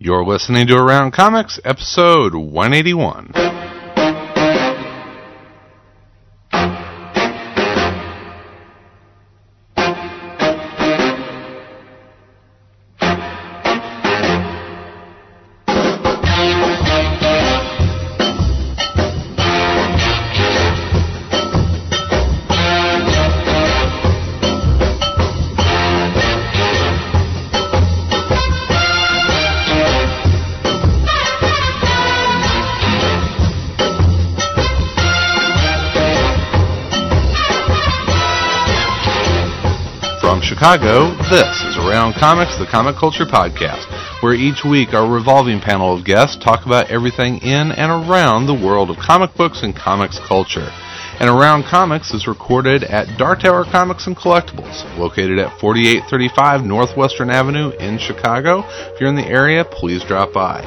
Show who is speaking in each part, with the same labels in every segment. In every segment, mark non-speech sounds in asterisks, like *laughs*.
Speaker 1: You're listening to Around Comics, episode 181. From Chicago, this is Around Comics, the comic culture podcast, where each week our revolving panel of guests talk about everything in and around the world of comic books and comics culture. And Around Comics is recorded at Dart Tower Comics and Collectibles, located at 4835 Northwestern Avenue in Chicago. If you're in the area, please drop by.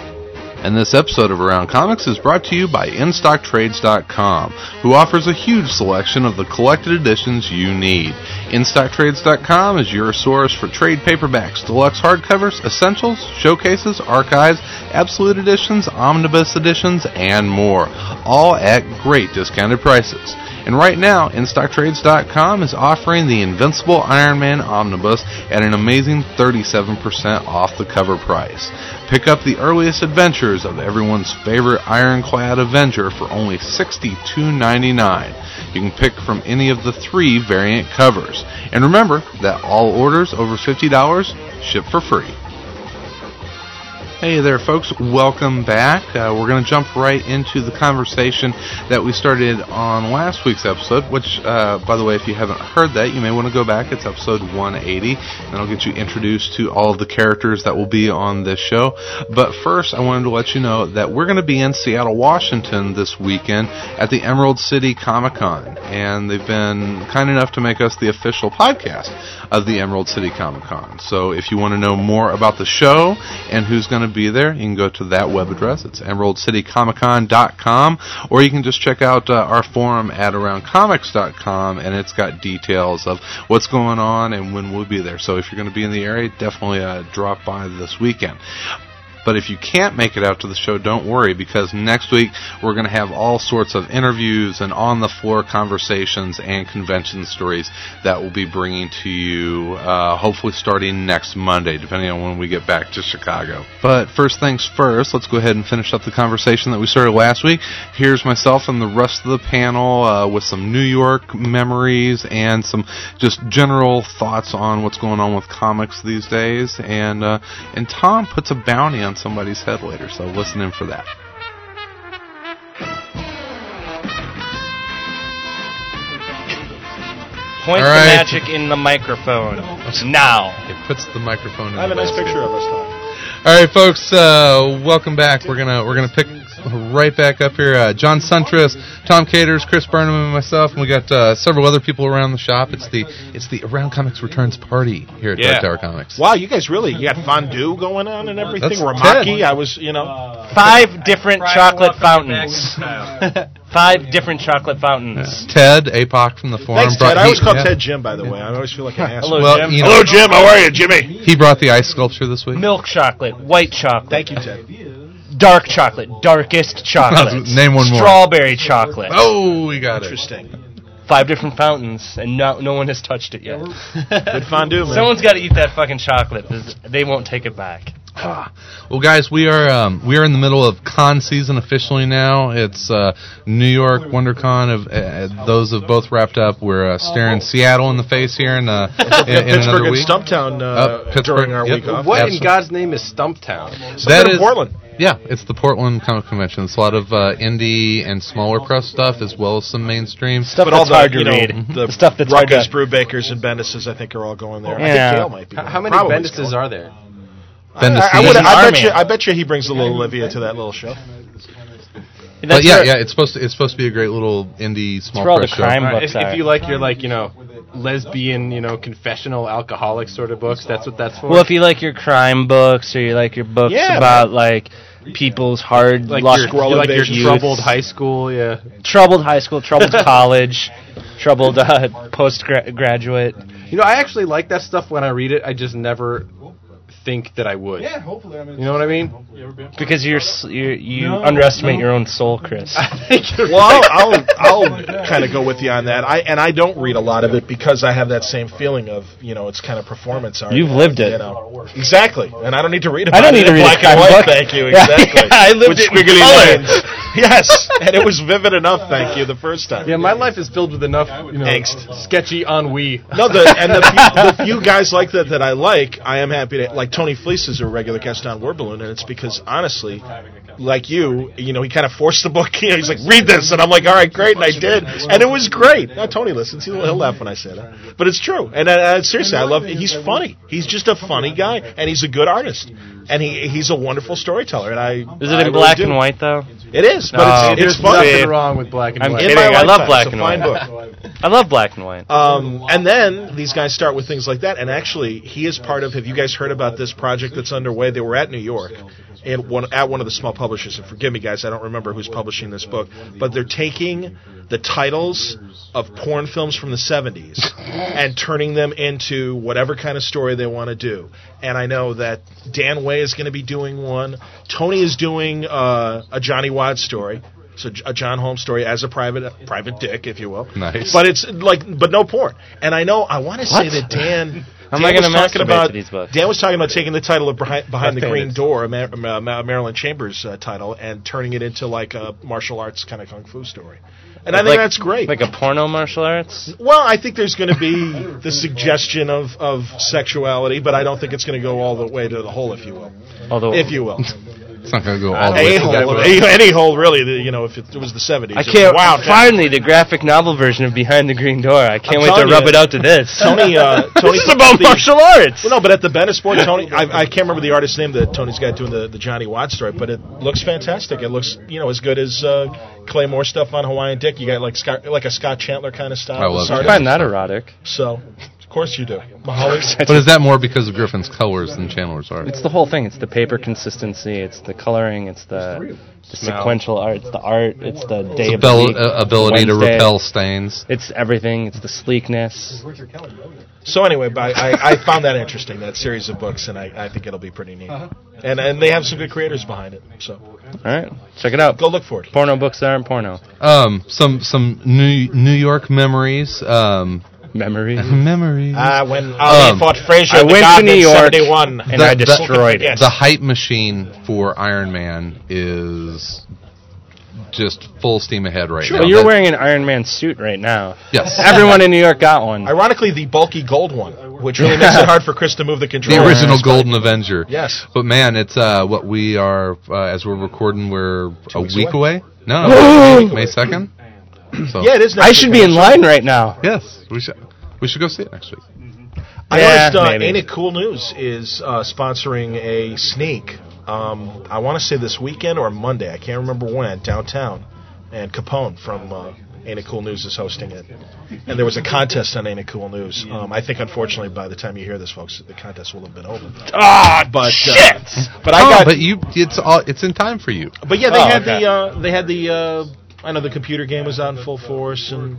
Speaker 1: And this episode of Around Comics is brought to you by InStockTrades.com, who offers a huge selection of the collected editions you need. InStockTrades.com is your source for trade paperbacks, deluxe hardcovers, essentials, showcases, archives, absolute editions, omnibus editions, and more, all at great discounted prices. And right now, InStockTrades.com is offering the Invincible Iron Man Omnibus at an amazing 37% off the cover price. Pick up the earliest adventures of everyone's favorite ironclad Avenger for only $62.99. You can pick from any of the three variant covers. And remember that all orders over $50 ship for free. Hey there, folks. Welcome back. Uh, we're going to jump right into the conversation that we started on last week's episode, which, uh, by the way, if you haven't heard that, you may want to go back. It's episode 180, and I'll get you introduced to all of the characters that will be on this show. But first, I wanted to let you know that we're going to be in Seattle, Washington this weekend at the Emerald City Comic Con, and they've been kind enough to make us the official podcast of the Emerald City Comic Con. So if you want to know more about the show and who's going to be there, you can go to that web address. It's emeraldcitycomiccon.com, or you can just check out uh, our forum at aroundcomics.com, and it's got details of what's going on and when we'll be there. So if you're going to be in the area, definitely uh, drop by this weekend. But if you can't make it out to the show, don't worry because next week we're going to have all sorts of interviews and on the floor conversations and convention stories that we'll be bringing to you, uh, hopefully starting next Monday, depending on when we get back to Chicago. But first things first, let's go ahead and finish up the conversation that we started last week. Here's myself and the rest of the panel uh, with some New York memories and some just general thoughts on what's going on with comics these days. And uh, and Tom puts a bounty on somebody's head later, so listen in for that.
Speaker 2: Point
Speaker 1: All right.
Speaker 2: the magic in the microphone now.
Speaker 1: It puts the microphone. In
Speaker 3: I have a
Speaker 1: the
Speaker 3: nice
Speaker 1: basket.
Speaker 3: picture of us though.
Speaker 1: All right, folks, uh, welcome back. We're gonna we're gonna pick right back up here. Uh, John Suntress, Tom Caters, Chris Burnham, and myself, and we got uh, several other people around the shop. It's the it's the Around Comics Returns party here at
Speaker 2: Yeah.
Speaker 1: Dark Tower Comics.
Speaker 3: Wow, you guys really you got fondue going on and everything.
Speaker 1: That's
Speaker 3: Ramaki,
Speaker 1: Ted.
Speaker 3: I was you know
Speaker 2: Five different chocolate fountains.
Speaker 3: Uh,
Speaker 1: *laughs*
Speaker 2: Five different chocolate fountains.
Speaker 1: Uh, Ted Apoc from the forum.
Speaker 3: Thanks,
Speaker 1: brought-
Speaker 3: Ted. I always
Speaker 1: he-
Speaker 3: call
Speaker 1: yeah.
Speaker 3: Ted Jim, by the way. I always feel like an asshole.
Speaker 2: Hello,
Speaker 1: Well,
Speaker 2: Jim.
Speaker 1: you know-
Speaker 3: Hello, Jim, how are you, Jimmy?
Speaker 1: He brought the ice sculpture this week.
Speaker 2: Milk chocolate, white chocolate.
Speaker 3: Thank you, Ted.
Speaker 2: Dark chocolate,
Speaker 1: *laughs*
Speaker 2: darkest chocolate.
Speaker 1: Name one more.
Speaker 2: Strawberry chocolate.
Speaker 1: Oh, we got it.
Speaker 3: Interesting.
Speaker 2: Five different fountains, and no, no one has touched it
Speaker 4: *laughs*
Speaker 2: yet.
Speaker 3: Good fondue, man.
Speaker 2: Someone's got to eat that fucking chocolate. 'cause They won't take it back.
Speaker 1: Ah. Well, guys, we are um, we are in the middle of con season officially now. It's uh, New York WonderCon. Of uh, those have both wrapped up. We're uh, staring Seattle in the face here in,
Speaker 3: *laughs*
Speaker 1: uh, in, in
Speaker 3: Pittsburgh
Speaker 1: another
Speaker 3: and
Speaker 1: week.
Speaker 3: Stumptown uh,
Speaker 1: Up Pittsburgh,
Speaker 3: during our
Speaker 1: yep.
Speaker 3: week off.
Speaker 4: What
Speaker 1: Absolutely.
Speaker 4: in God's name is Stumptown?
Speaker 1: That
Speaker 3: Something in
Speaker 1: is-
Speaker 3: Portland.
Speaker 1: Yeah, it's the Portland Comic Convention. It's a lot of uh, indie and smaller press stuff as well as some mainstream.
Speaker 2: Stuff
Speaker 3: But
Speaker 2: that's
Speaker 3: all the
Speaker 2: hard to
Speaker 3: you know,
Speaker 2: read.
Speaker 3: the,
Speaker 2: The stuff that's hard
Speaker 3: Ruckus,
Speaker 2: to-
Speaker 3: Brewbakers, and Bendis's, I think, are all going there. I
Speaker 2: Yeah.
Speaker 3: think Gale might be.
Speaker 4: How,
Speaker 3: going.
Speaker 4: how many
Speaker 3: Probably
Speaker 4: Bendises
Speaker 3: going.
Speaker 4: are there?
Speaker 1: Bendis
Speaker 3: I, I,
Speaker 1: is-
Speaker 3: would, I
Speaker 2: Our
Speaker 3: bet you.
Speaker 2: man.
Speaker 3: I bet you he brings a little Olivia to that little show.
Speaker 1: but
Speaker 2: That's
Speaker 1: yeah,
Speaker 2: where-
Speaker 1: yeah, it's supposed to it's supposed to be a great little indie small
Speaker 2: where all
Speaker 1: press
Speaker 2: the
Speaker 1: show.
Speaker 2: crime-
Speaker 4: Alright,
Speaker 2: books
Speaker 4: if,
Speaker 2: are.
Speaker 4: if you like your like you know lesbian you know confessional alcoholic sort of books, that's what that's for.
Speaker 2: Well, if you like your crime books or you like your books
Speaker 3: Yeah,
Speaker 2: about like people's hard
Speaker 4: like
Speaker 2: luck,
Speaker 4: your, you like your
Speaker 2: youths.
Speaker 4: troubled high school, yeah.
Speaker 2: troubled high school, troubled
Speaker 3: *laughs*
Speaker 2: college, troubled uh, postgraduate.
Speaker 4: You know, I actually like that stuff when I read it. I just never think that I would.
Speaker 5: Yeah, hopefully. I mean,
Speaker 4: You know what I mean? *laughs*
Speaker 5: You ever been?
Speaker 2: Because you're, s- you you
Speaker 5: No,
Speaker 2: underestimate
Speaker 5: no.
Speaker 2: your own soul,
Speaker 3: *laughs*
Speaker 2: Chris.
Speaker 4: I think you're
Speaker 3: Well,
Speaker 4: right. *laughs*
Speaker 3: I'll
Speaker 4: Oh
Speaker 3: I'll, I'll kind of go with you on that. I and I don't read a lot of it because I have that same feeling of you know it's kind of performance art.
Speaker 2: You've lived it.
Speaker 3: You know. Exactly, and I don't need to read about
Speaker 2: I don't
Speaker 3: it
Speaker 2: need to
Speaker 3: in
Speaker 2: read a
Speaker 3: black and
Speaker 2: comic book.
Speaker 3: white. Thank
Speaker 2: *laughs*
Speaker 3: you.
Speaker 2: Yeah,
Speaker 3: Exactly.
Speaker 2: yeah, I lived
Speaker 3: With
Speaker 2: it in
Speaker 3: squiggly
Speaker 2: color.
Speaker 3: lines. *laughs* yes, and it was vivid enough. Thank you. The first time.
Speaker 4: Yeah, my life is filled with enough you know,
Speaker 3: Angst.
Speaker 4: sketchy ennui.
Speaker 3: No, the, and the few, the few guys like that that I like, I am happy to. Like Tony Fleece is a regular guest on War Balloon, and it's because honestly, like you, you know, he kind of forced the book. *laughs* You know, he's like, "Read this," and I'm like, "All right, great," and I did, and it was great. Now Tony listens; he'll, he'll laugh when I say that, but it's true. And uh, uh, seriously, I love. He's funny. He's just a funny guy, and he's a good artist, and he he's a wonderful storyteller. And I
Speaker 2: Is
Speaker 3: I
Speaker 2: it
Speaker 3: really
Speaker 2: in black
Speaker 3: do.
Speaker 2: and white Oh. though?
Speaker 3: It is, but
Speaker 2: No.
Speaker 3: it's,
Speaker 4: *laughs* There's
Speaker 3: it's fun.
Speaker 4: nothing wrong with black and
Speaker 2: I'm
Speaker 4: white.
Speaker 3: In
Speaker 2: kidding.
Speaker 3: my
Speaker 2: I love
Speaker 3: lifetime,
Speaker 2: black
Speaker 3: it's a
Speaker 2: and
Speaker 3: fine
Speaker 2: white.
Speaker 3: book.
Speaker 2: I love black and white.
Speaker 3: Um, and then these guys start with things like that. And actually, he is part of. Have you guys heard about this project that's underway? They were at New York, and one at one of the small publishers. And forgive me, guys, I don't remember who's publishing this book, but they're taking the titles of porn films from the 70s and turning them into whatever kind of story they want to do. And I know that Dan Way is going to be doing one. Tony is doing uh, a Johnny Watt story. So a John Holmes story as a private private dick, if you will.
Speaker 1: Nice.
Speaker 3: But it's like, but no porn. And I know I want to say that Dan.
Speaker 2: *laughs* I'm not
Speaker 3: Dan
Speaker 2: gonna
Speaker 3: was talking
Speaker 2: masturbate
Speaker 3: about
Speaker 2: to these books.
Speaker 3: Dan was talking about taking the title of Behind, behind the Green
Speaker 4: Left-handed.
Speaker 3: Door, a Ma- Ma- Ma- Marilyn Chambers uh, title, and turning it into like a martial arts kind of kung fu story. And I think
Speaker 2: Like-
Speaker 3: that's great.
Speaker 2: Like a porno martial arts.
Speaker 3: well, I think there's going to be the suggestion of, of sexuality, but I don't think it's going to go all the way to the hole, if you will.
Speaker 2: Although
Speaker 3: If you will,
Speaker 2: *laughs*
Speaker 1: It's not going to go all the way
Speaker 3: a
Speaker 1: to that.
Speaker 3: hole, any hole really. the- You know, if it, it was the '70s,
Speaker 2: I
Speaker 3: it was
Speaker 2: can't.
Speaker 3: wild.
Speaker 2: Finally, the graphic novel version of Behind the Green Door. I can't
Speaker 3: I'm
Speaker 2: wait to
Speaker 3: telling
Speaker 2: rub
Speaker 3: you.
Speaker 2: it out to this. *laughs*
Speaker 3: Tony, uh, Tony,
Speaker 2: this is about
Speaker 3: the-
Speaker 2: martial arts.
Speaker 3: Well, no, but at the Benesport, Tony, I, I can't remember the artist's name that Tony's got doing the, the Johnny Watt story, but it looks fantastic. It looks, you know, as good as uh, Clay Moore stuff on Hawaiian Dick. You got like Scott, like a Scott Chandler kind of style.
Speaker 1: I love
Speaker 3: Sarge-
Speaker 2: I find that erotic.
Speaker 3: So, of course you do. Mahalo.
Speaker 1: But is that more because of Griffin's colors than Chandler's art?
Speaker 2: It's the whole thing. It's the paper consistency. It's the coloring. It's the, the sequential art. It's the art. It's the day of the
Speaker 1: Abil-
Speaker 2: week,
Speaker 1: uh, ability to
Speaker 2: Wednesday.
Speaker 1: repel stains.
Speaker 2: It's everything. It's the sleekness.
Speaker 3: So anyway, but I, I found that interesting that series of books, and I, I think it'll be pretty neat. And and they have some good creators behind it. So
Speaker 2: All right, check it out.
Speaker 3: go look for it.
Speaker 2: Porno books that aren't porno.
Speaker 1: Um, some some New New York memories. Um, *laughs*
Speaker 2: Memories.
Speaker 1: memories.
Speaker 3: Uh, when Ali
Speaker 1: Um,
Speaker 3: fought Frazier,
Speaker 2: I
Speaker 3: in the
Speaker 2: went to
Speaker 3: Garden
Speaker 2: New
Speaker 3: in
Speaker 2: York
Speaker 3: 71.
Speaker 2: and I
Speaker 1: The- the-
Speaker 2: destroyed it.
Speaker 3: Yes.
Speaker 1: The hype machine for Iron Man is just full steam ahead right now.
Speaker 2: Well, you're
Speaker 1: That-
Speaker 2: wearing an Iron Man suit right now.
Speaker 1: yes.
Speaker 2: Everyone in New York got one.
Speaker 3: Ironically, the bulky gold one, which really
Speaker 1: *laughs*
Speaker 3: makes it hard for Chris to move the controller.
Speaker 1: the original Golden Avenger.
Speaker 3: Yes.
Speaker 1: But man, it's uh, what we are uh, as we're recording. We're a
Speaker 3: weeks
Speaker 1: week away.
Speaker 3: away?
Speaker 1: No, no, May second. So
Speaker 3: Yeah, it is. Next
Speaker 2: Oh. I should
Speaker 3: week.
Speaker 2: be in line right now.
Speaker 1: yes, we should we should go see it next week.
Speaker 3: I
Speaker 2: Yeah,
Speaker 3: noticed uh,
Speaker 2: maybe.
Speaker 3: Ain't It Cool News is uh, sponsoring a sneak. Um, I want to say this weekend or Monday. I can't remember when. Downtown, and Capone from uh, Ain't It Cool News is hosting it. And there was a contest on Ain't It Cool News. Um, I think unfortunately by the time you hear this, folks, the contest will have been over.
Speaker 2: Ah,
Speaker 3: But uh, but
Speaker 1: But
Speaker 3: I got.
Speaker 1: Oh, but you, it's all it's in time for you.
Speaker 3: But yeah, they
Speaker 2: Oh,
Speaker 3: had
Speaker 2: okay.
Speaker 3: the uh, they had the uh, I know the computer game was out in full force and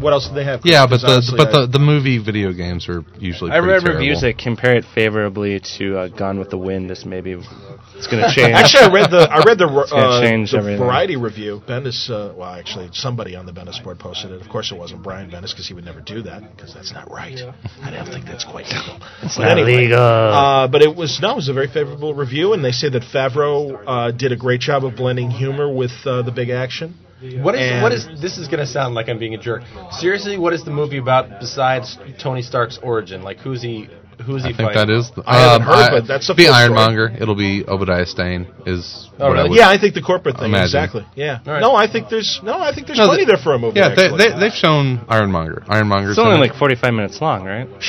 Speaker 3: what else did they have?
Speaker 1: Yeah, but
Speaker 3: 'Cause
Speaker 1: the
Speaker 3: honestly,
Speaker 1: but
Speaker 3: I-
Speaker 1: the, the movie video games are usually.
Speaker 2: I
Speaker 1: pretty
Speaker 2: read
Speaker 1: terrible.
Speaker 2: reviews that compare it favorably to uh, Gone with the Wind. This maybe it's going
Speaker 3: *laughs*
Speaker 2: to change.
Speaker 3: Actually, I read the I read the,
Speaker 2: gonna
Speaker 3: uh,
Speaker 2: change
Speaker 3: the
Speaker 2: everything.
Speaker 3: variety review. Bendis, uh, well, actually, somebody on the Bendis board posted it. Of course, it wasn't Brian Bendis because he would never do that because that's not right. I don't think that's quite legal. It's
Speaker 2: not legal.
Speaker 3: Uh, but it was no, it was a very favorable review, and they say that Favreau uh, did a great job of blending humor with uh, the big action.
Speaker 4: What is
Speaker 3: And-
Speaker 4: what is this is gonna sound like I'm being a jerk. Seriously, what is the movie about besides Tony Stark's origin? Like who's he who's he
Speaker 1: I think
Speaker 4: fighting?
Speaker 1: that is. The,
Speaker 3: I haven't
Speaker 1: um, I-
Speaker 3: heard, but that's a
Speaker 1: be
Speaker 3: full story.
Speaker 1: Ironmonger. It'll be Obadiah Stane is. what
Speaker 4: Oh,
Speaker 1: I
Speaker 4: really?
Speaker 1: would-
Speaker 3: Yeah, I think the corporate thing
Speaker 1: Imagine.
Speaker 3: exactly. Yeah.
Speaker 4: All right.
Speaker 3: No, I think there's no, I think there's
Speaker 1: No,
Speaker 3: plenty
Speaker 1: they-
Speaker 3: there for a movie.
Speaker 1: Yeah, they,
Speaker 3: actually.
Speaker 1: they, they've shown Ironmonger. Ironmonger's
Speaker 2: it's only
Speaker 1: in it.
Speaker 2: like 45 minutes long, *laughs* right?
Speaker 3: *laughs*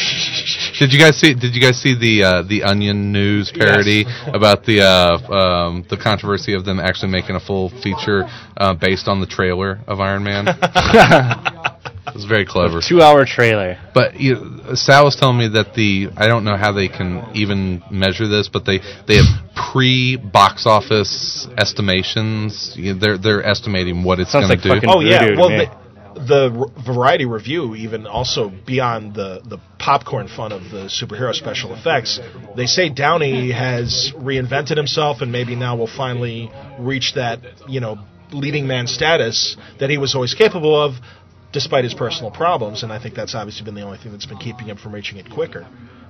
Speaker 1: Did you guys see? Did you guys see the uh, the Onion News
Speaker 3: *laughs*
Speaker 1: parody about the uh, um, the controversy of them actually making a full feature uh, based on the trailer of Iron Man? it was very clever.
Speaker 2: *laughs* Two-hour trailer.
Speaker 1: But you, Sal was telling me that the I don't know how they can even measure this, but they they have pre box office estimations. You- They're they're estimating what it's
Speaker 2: Sounds
Speaker 1: going
Speaker 2: like
Speaker 1: to do.
Speaker 2: fucking-
Speaker 3: Oh yeah,
Speaker 2: Voodoo to
Speaker 3: well,
Speaker 2: me.
Speaker 3: they, the r- variety review, even also beyond the, the popcorn fun of the superhero special effects, they say Downey has reinvented himself and maybe now will finally reach that, you know, leading man status that he was always capable of despite his personal problems. And I think that's obviously been the only thing that's been keeping him from reaching it quicker.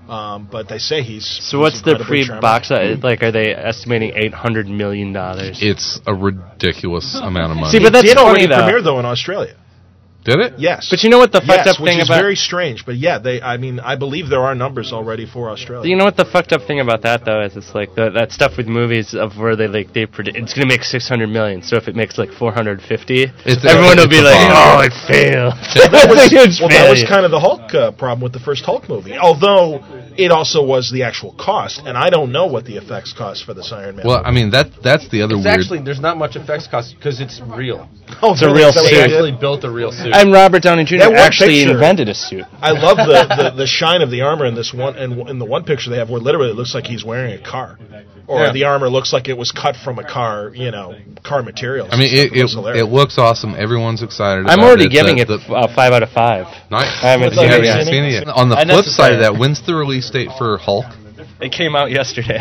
Speaker 3: Um, but they say he's.
Speaker 2: So
Speaker 3: he's
Speaker 2: what's the
Speaker 3: incredibly
Speaker 2: pre
Speaker 3: charming.
Speaker 2: box office? Like, are they estimating eight hundred million dollars?
Speaker 1: It's a ridiculous amount of money.
Speaker 2: See, but that's
Speaker 3: It
Speaker 2: funny
Speaker 3: already
Speaker 2: though.
Speaker 3: premiered though in Australia.
Speaker 1: Did it?
Speaker 3: Yes.
Speaker 2: But you know what the fucked
Speaker 3: yes,
Speaker 2: up
Speaker 3: which
Speaker 2: thing
Speaker 3: is
Speaker 2: about
Speaker 3: very strange. But yeah, they. I mean, I believe there are numbers already for Australia.
Speaker 2: you know what the fucked up thing about that though is it's like the, that stuff with movies of where they like they predict it's gonna make six hundred million. So if it makes like four hundred fifty,
Speaker 1: It's-
Speaker 2: everyone
Speaker 1: it's
Speaker 2: will be
Speaker 1: a
Speaker 2: like,
Speaker 1: bomb.
Speaker 2: oh, it failed.
Speaker 1: That
Speaker 2: *laughs* It's a huge
Speaker 3: well, *laughs* that was
Speaker 2: failure.
Speaker 3: kind of the Hulk uh, problem with the first Hulk movie. Although it also was the actual cost, and I don't know what the effects cost for this Iron Man.
Speaker 1: Well, I mean that that's the other
Speaker 4: It's
Speaker 1: weird.
Speaker 4: actually there's not much effects cost because it's real.
Speaker 3: oh,
Speaker 2: a real
Speaker 4: They
Speaker 2: Suit.
Speaker 4: actually built a real suit.
Speaker 2: and Robert Downey Jr.
Speaker 3: That one
Speaker 2: actually
Speaker 3: picture-
Speaker 2: invented a suit.
Speaker 3: I love the, the, the shine of the armor in this one and in, the one picture they have where literally it looks like he's wearing a car, or
Speaker 4: Yeah.
Speaker 3: the armor looks like it was cut from a car, you know, car materials.
Speaker 1: I mean,
Speaker 3: and
Speaker 1: it
Speaker 3: stuff.
Speaker 1: it,
Speaker 3: was hilarious.
Speaker 1: it looks awesome. Everyone's excited.
Speaker 2: I'm
Speaker 1: about
Speaker 2: already
Speaker 1: it.
Speaker 2: giving
Speaker 1: The-
Speaker 2: it
Speaker 1: the-
Speaker 2: f- uh, five out of five.
Speaker 1: Nice.
Speaker 2: I haven't
Speaker 1: You
Speaker 2: seen it
Speaker 1: haven't
Speaker 2: yet.
Speaker 1: seen it yet. On the flip side of that, when's the release date for Hulk?
Speaker 2: It came out *laughs* yesterday.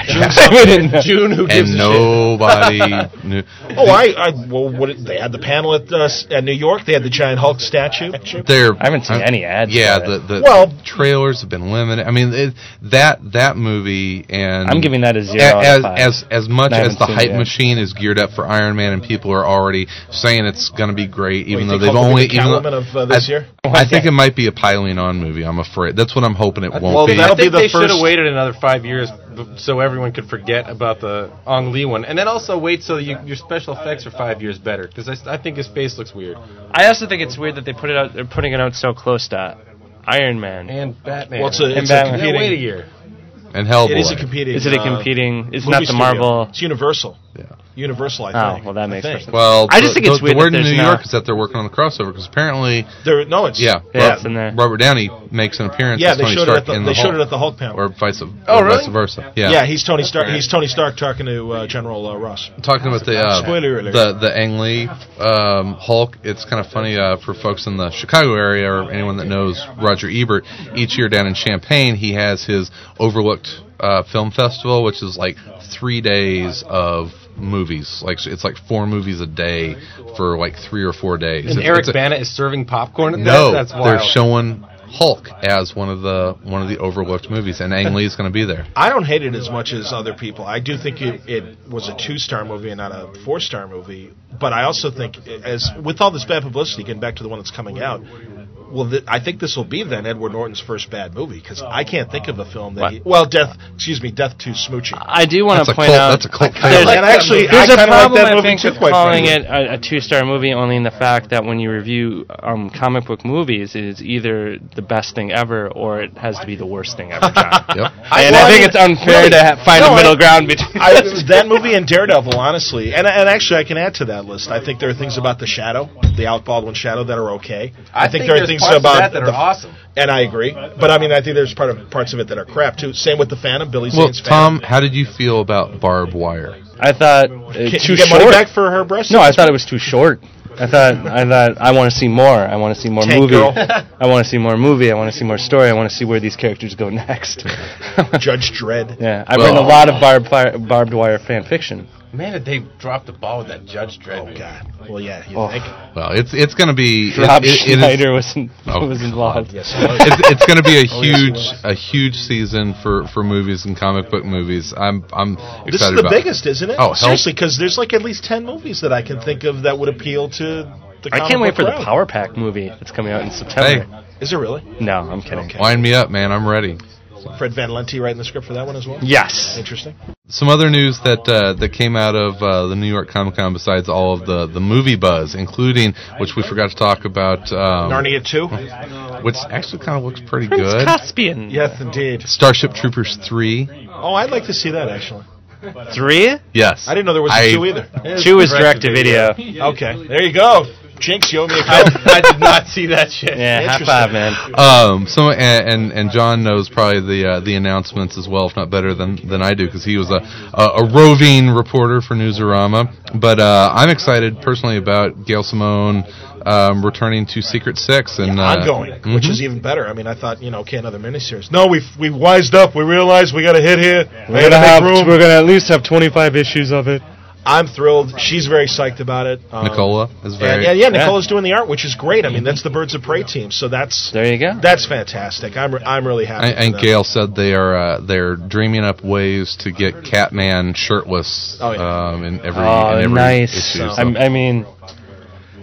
Speaker 2: we didn't know.
Speaker 4: June, who gives
Speaker 1: And
Speaker 4: a shit?
Speaker 1: nobody
Speaker 2: *laughs*
Speaker 1: knew.
Speaker 3: Oh, I, I well, what, it- they had the panel at uh, s- at New York. They had the giant Hulk statue.
Speaker 1: They're,
Speaker 2: I haven't seen
Speaker 1: I'm-
Speaker 2: any ads
Speaker 1: Yeah,
Speaker 2: for
Speaker 1: the,
Speaker 2: it.
Speaker 1: the
Speaker 3: Well-
Speaker 1: trailers have been limited. I mean, it, that that movie and
Speaker 2: I'm giving that a zero.
Speaker 1: a-
Speaker 2: out of
Speaker 1: as,
Speaker 2: five.
Speaker 1: as as much
Speaker 2: I
Speaker 1: as
Speaker 2: haven't
Speaker 1: the
Speaker 2: seen
Speaker 1: hype
Speaker 2: it.
Speaker 1: machine is geared up for Iron Man and people are already saying it's going to be great, even
Speaker 3: Well,
Speaker 1: though they've
Speaker 3: you think Hulk will
Speaker 1: only
Speaker 3: be the
Speaker 1: even
Speaker 3: Catwoman
Speaker 1: though-
Speaker 3: of, uh, this
Speaker 1: I,
Speaker 3: year?
Speaker 1: I think it might be a piling on movie. I'm afraid that's what I'm hoping it won't
Speaker 4: Well,
Speaker 1: be.
Speaker 4: I
Speaker 3: that'll be
Speaker 4: think
Speaker 3: the
Speaker 4: they should
Speaker 3: first-
Speaker 4: have waited another five years b- so everyone could forget about the Ong Lee one, and then also wait so you, your special effects are five years better because I, s- I think his face looks weird
Speaker 2: I also think it's weird that they put it out. They're putting it out so close to Iron Man.
Speaker 4: and Batman.
Speaker 3: Well, it's a,
Speaker 2: And
Speaker 3: it's a
Speaker 2: Batman.
Speaker 4: yeah,
Speaker 3: competing.
Speaker 4: wait a year.
Speaker 1: and Hellboy.
Speaker 3: It is a competing.
Speaker 2: Is it a
Speaker 3: uh,
Speaker 2: competing? It's
Speaker 3: movie
Speaker 2: not the
Speaker 3: studio.
Speaker 2: Marvel.
Speaker 3: It's Universal.
Speaker 1: Yeah.
Speaker 3: Universal, I
Speaker 2: Oh,
Speaker 3: think.
Speaker 2: well, that
Speaker 3: I
Speaker 2: makes
Speaker 3: think.
Speaker 2: sense.
Speaker 1: Well,
Speaker 2: I
Speaker 1: the-
Speaker 2: just think it's
Speaker 1: the, the
Speaker 2: weird that
Speaker 1: word in
Speaker 2: there's
Speaker 1: New
Speaker 2: not-
Speaker 1: York is that they're working on the crossover because apparently,
Speaker 3: There, no, it's
Speaker 1: yeah,
Speaker 2: Yeah,
Speaker 1: Rob-
Speaker 2: it's in there.
Speaker 1: Robert Downey makes an appearance.
Speaker 3: Yeah,
Speaker 1: as
Speaker 3: they
Speaker 1: Tony
Speaker 3: showed it
Speaker 1: Stark
Speaker 3: at the
Speaker 1: in
Speaker 3: they
Speaker 1: Hulk.
Speaker 3: showed it at the Hulk panel.
Speaker 1: or vice,
Speaker 4: Oh,
Speaker 1: or
Speaker 4: really?
Speaker 1: vice versa.
Speaker 3: yeah.
Speaker 1: Yeah.
Speaker 3: he's Tony Stark. He's Tony Stark talking to uh, General uh, Ross.
Speaker 1: Talking about the uh,
Speaker 3: Spoiler alert.
Speaker 1: the the Ang Lee um, Hulk, it's kind of funny uh, for folks in the Chicago area or anyone that knows Roger Ebert. Each year down in Champaign, he has his overlooked uh, film festival, which is like three days of movies. Like it's like four movies a day for like three or four days.
Speaker 4: And
Speaker 1: It's-
Speaker 4: Eric
Speaker 1: it's a-
Speaker 4: Bana is serving popcorn. at
Speaker 1: No,
Speaker 4: that? that's wild.
Speaker 1: they're showing Hulk as one of the one of the overlooked movies, and Ang Lee's going to be there.
Speaker 4: *laughs*
Speaker 3: I don't hate it as much as other people. I do think it, it was a two-star movie and not a four-star movie. But I also think, as with all this bad publicity, getting back to the one that's coming out, well, th- I think this will be then Edward Norton's first bad movie because I can't think of a film that. He, well, Death, excuse me, Death
Speaker 2: *laughs*
Speaker 3: to Smoochie.
Speaker 2: I do want
Speaker 1: That's
Speaker 2: to
Speaker 1: a
Speaker 2: point
Speaker 1: cult.
Speaker 2: out
Speaker 1: That's a
Speaker 2: *laughs*
Speaker 1: cult
Speaker 2: there's,
Speaker 1: favorite.
Speaker 3: And actually, I
Speaker 2: there's a
Speaker 3: kinda like
Speaker 2: problem
Speaker 3: that
Speaker 2: I
Speaker 3: movie
Speaker 2: think
Speaker 3: too,
Speaker 2: with
Speaker 3: quite
Speaker 2: calling
Speaker 3: frankly.
Speaker 2: it a, a two-star movie only in the fact that when you review um, comic book movies, it is either the best thing ever or it has to be the worst thing ever.
Speaker 3: *laughs*
Speaker 2: John.
Speaker 1: Yep.
Speaker 2: And
Speaker 3: well,
Speaker 2: I
Speaker 3: I
Speaker 2: think
Speaker 3: mean,
Speaker 2: it's unfair
Speaker 3: really,
Speaker 2: to ha- find
Speaker 3: no,
Speaker 2: a
Speaker 3: I-
Speaker 2: middle ground between.
Speaker 3: *laughs* I, that movie and Daredevil, honestly, and and actually, I can add to that list. I think there are things about the Shadow, the Alec Baldwin Shadow, that are okay. I, think, there are
Speaker 4: there's
Speaker 3: things
Speaker 4: parts of
Speaker 3: about
Speaker 4: that that are
Speaker 3: the-
Speaker 4: awesome.
Speaker 3: and I agree. But I mean, I think there's part of parts of it that are crap too. Same with the Phantom, Billy
Speaker 1: Well,
Speaker 3: Zane's
Speaker 1: Tom,
Speaker 3: Phantom.
Speaker 1: how did you feel about Barb Wire?
Speaker 2: *laughs* I thought uh,
Speaker 3: Can
Speaker 2: too
Speaker 3: you get
Speaker 2: short.
Speaker 3: money back for her breast?
Speaker 2: No, I thought it was too short. I thought I thought I want to see more. I want to see more
Speaker 3: Tank
Speaker 2: movie.
Speaker 3: Girl.
Speaker 2: I want to see more movie. I want to see more story. I want to see where these characters go *laughs* next.
Speaker 3: Judge Dredd.
Speaker 2: yeah, I've
Speaker 1: Well- uh,
Speaker 2: written a lot of barbed wire, barbed wire fan fiction.
Speaker 4: Man, did they drop the ball with that Judge Dredd? movie.
Speaker 3: Oh, God. Well, yeah. You
Speaker 2: Oh.
Speaker 3: think?
Speaker 1: Well, it's it's going to be it-
Speaker 2: Rob
Speaker 1: it- it is-
Speaker 2: Schneider was in,
Speaker 1: Oh,
Speaker 2: was involved.
Speaker 3: Yes.
Speaker 1: it's, it's going to
Speaker 3: *laughs*
Speaker 1: be a
Speaker 3: yes, it
Speaker 1: huge
Speaker 3: was.
Speaker 1: a huge season for, for movies and comic book movies. I'm I'm excited
Speaker 3: This is the
Speaker 1: about
Speaker 3: biggest, isn't it?
Speaker 1: Oh, hell.
Speaker 3: seriously, because there's like at least ten movies that I can think of that would appeal to. the
Speaker 2: I can't
Speaker 3: comic
Speaker 2: wait for
Speaker 3: book
Speaker 2: the
Speaker 3: crowd.
Speaker 2: Power Pack movie that's coming out in
Speaker 1: Hey,
Speaker 2: September.
Speaker 3: Is it really?
Speaker 2: No, I'm kidding.
Speaker 3: Okay.
Speaker 1: wind me up, man. I'm ready.
Speaker 3: Fred Van Lente writing the script for that one as well.
Speaker 2: Yes.
Speaker 3: Interesting.
Speaker 1: Some other news that uh, that came out of uh, the New York Comic Con, besides all of the, the movie buzz, including which we forgot to talk about, um,
Speaker 3: Narnia two.
Speaker 1: which actually kind of looks pretty
Speaker 2: Prince
Speaker 1: good.
Speaker 2: Caspian.
Speaker 3: Yes, indeed.
Speaker 1: Starship Troopers three.
Speaker 3: Oh, I'd like to see that actually.
Speaker 2: Three?
Speaker 1: Yes,
Speaker 3: I didn't know there was
Speaker 1: I-
Speaker 3: a two either.
Speaker 2: Two is direct to video.
Speaker 3: Okay, there you go. Jinx, you
Speaker 2: *laughs*
Speaker 3: owe me a
Speaker 4: I,
Speaker 3: coke.
Speaker 4: I did not see that shit.
Speaker 2: Yeah, high
Speaker 3: Interesting.
Speaker 2: five, man.
Speaker 1: Um, so and, and and John knows probably the uh, the announcements as well, if not better than than I do, because he was a, a a roving reporter for Newsarama. But uh, I'm excited personally about Gail Simone, uh, um, returning to Secret Six and uh,
Speaker 3: ongoing, which
Speaker 1: mhm.
Speaker 3: is even better. I mean, I thought you know, okay, another miniseries. No, we we wised up. We realized we got to hit here. We
Speaker 5: We're
Speaker 3: got
Speaker 5: gonna have.
Speaker 3: to make room.
Speaker 5: We're gonna at least have 25 issues of it.
Speaker 3: I'm thrilled. She's very psyched about it. Um,
Speaker 1: Nicola is
Speaker 3: And,
Speaker 1: very
Speaker 3: yeah, yeah, Nicola's doing the art, which is great. I mean, that's the Birds of Prey team, so that's
Speaker 2: There you go.
Speaker 3: that's fantastic. I'm re- I'm really happy.
Speaker 1: I,
Speaker 3: for
Speaker 1: and
Speaker 3: them.
Speaker 1: Gail said they are uh, they're dreaming up ways to get Catman shirtless
Speaker 3: Oh, yeah.
Speaker 1: um, in every, in
Speaker 2: Oh,
Speaker 1: every
Speaker 2: nice.
Speaker 1: issue.
Speaker 3: So-
Speaker 1: so-
Speaker 2: I'm- I, mean,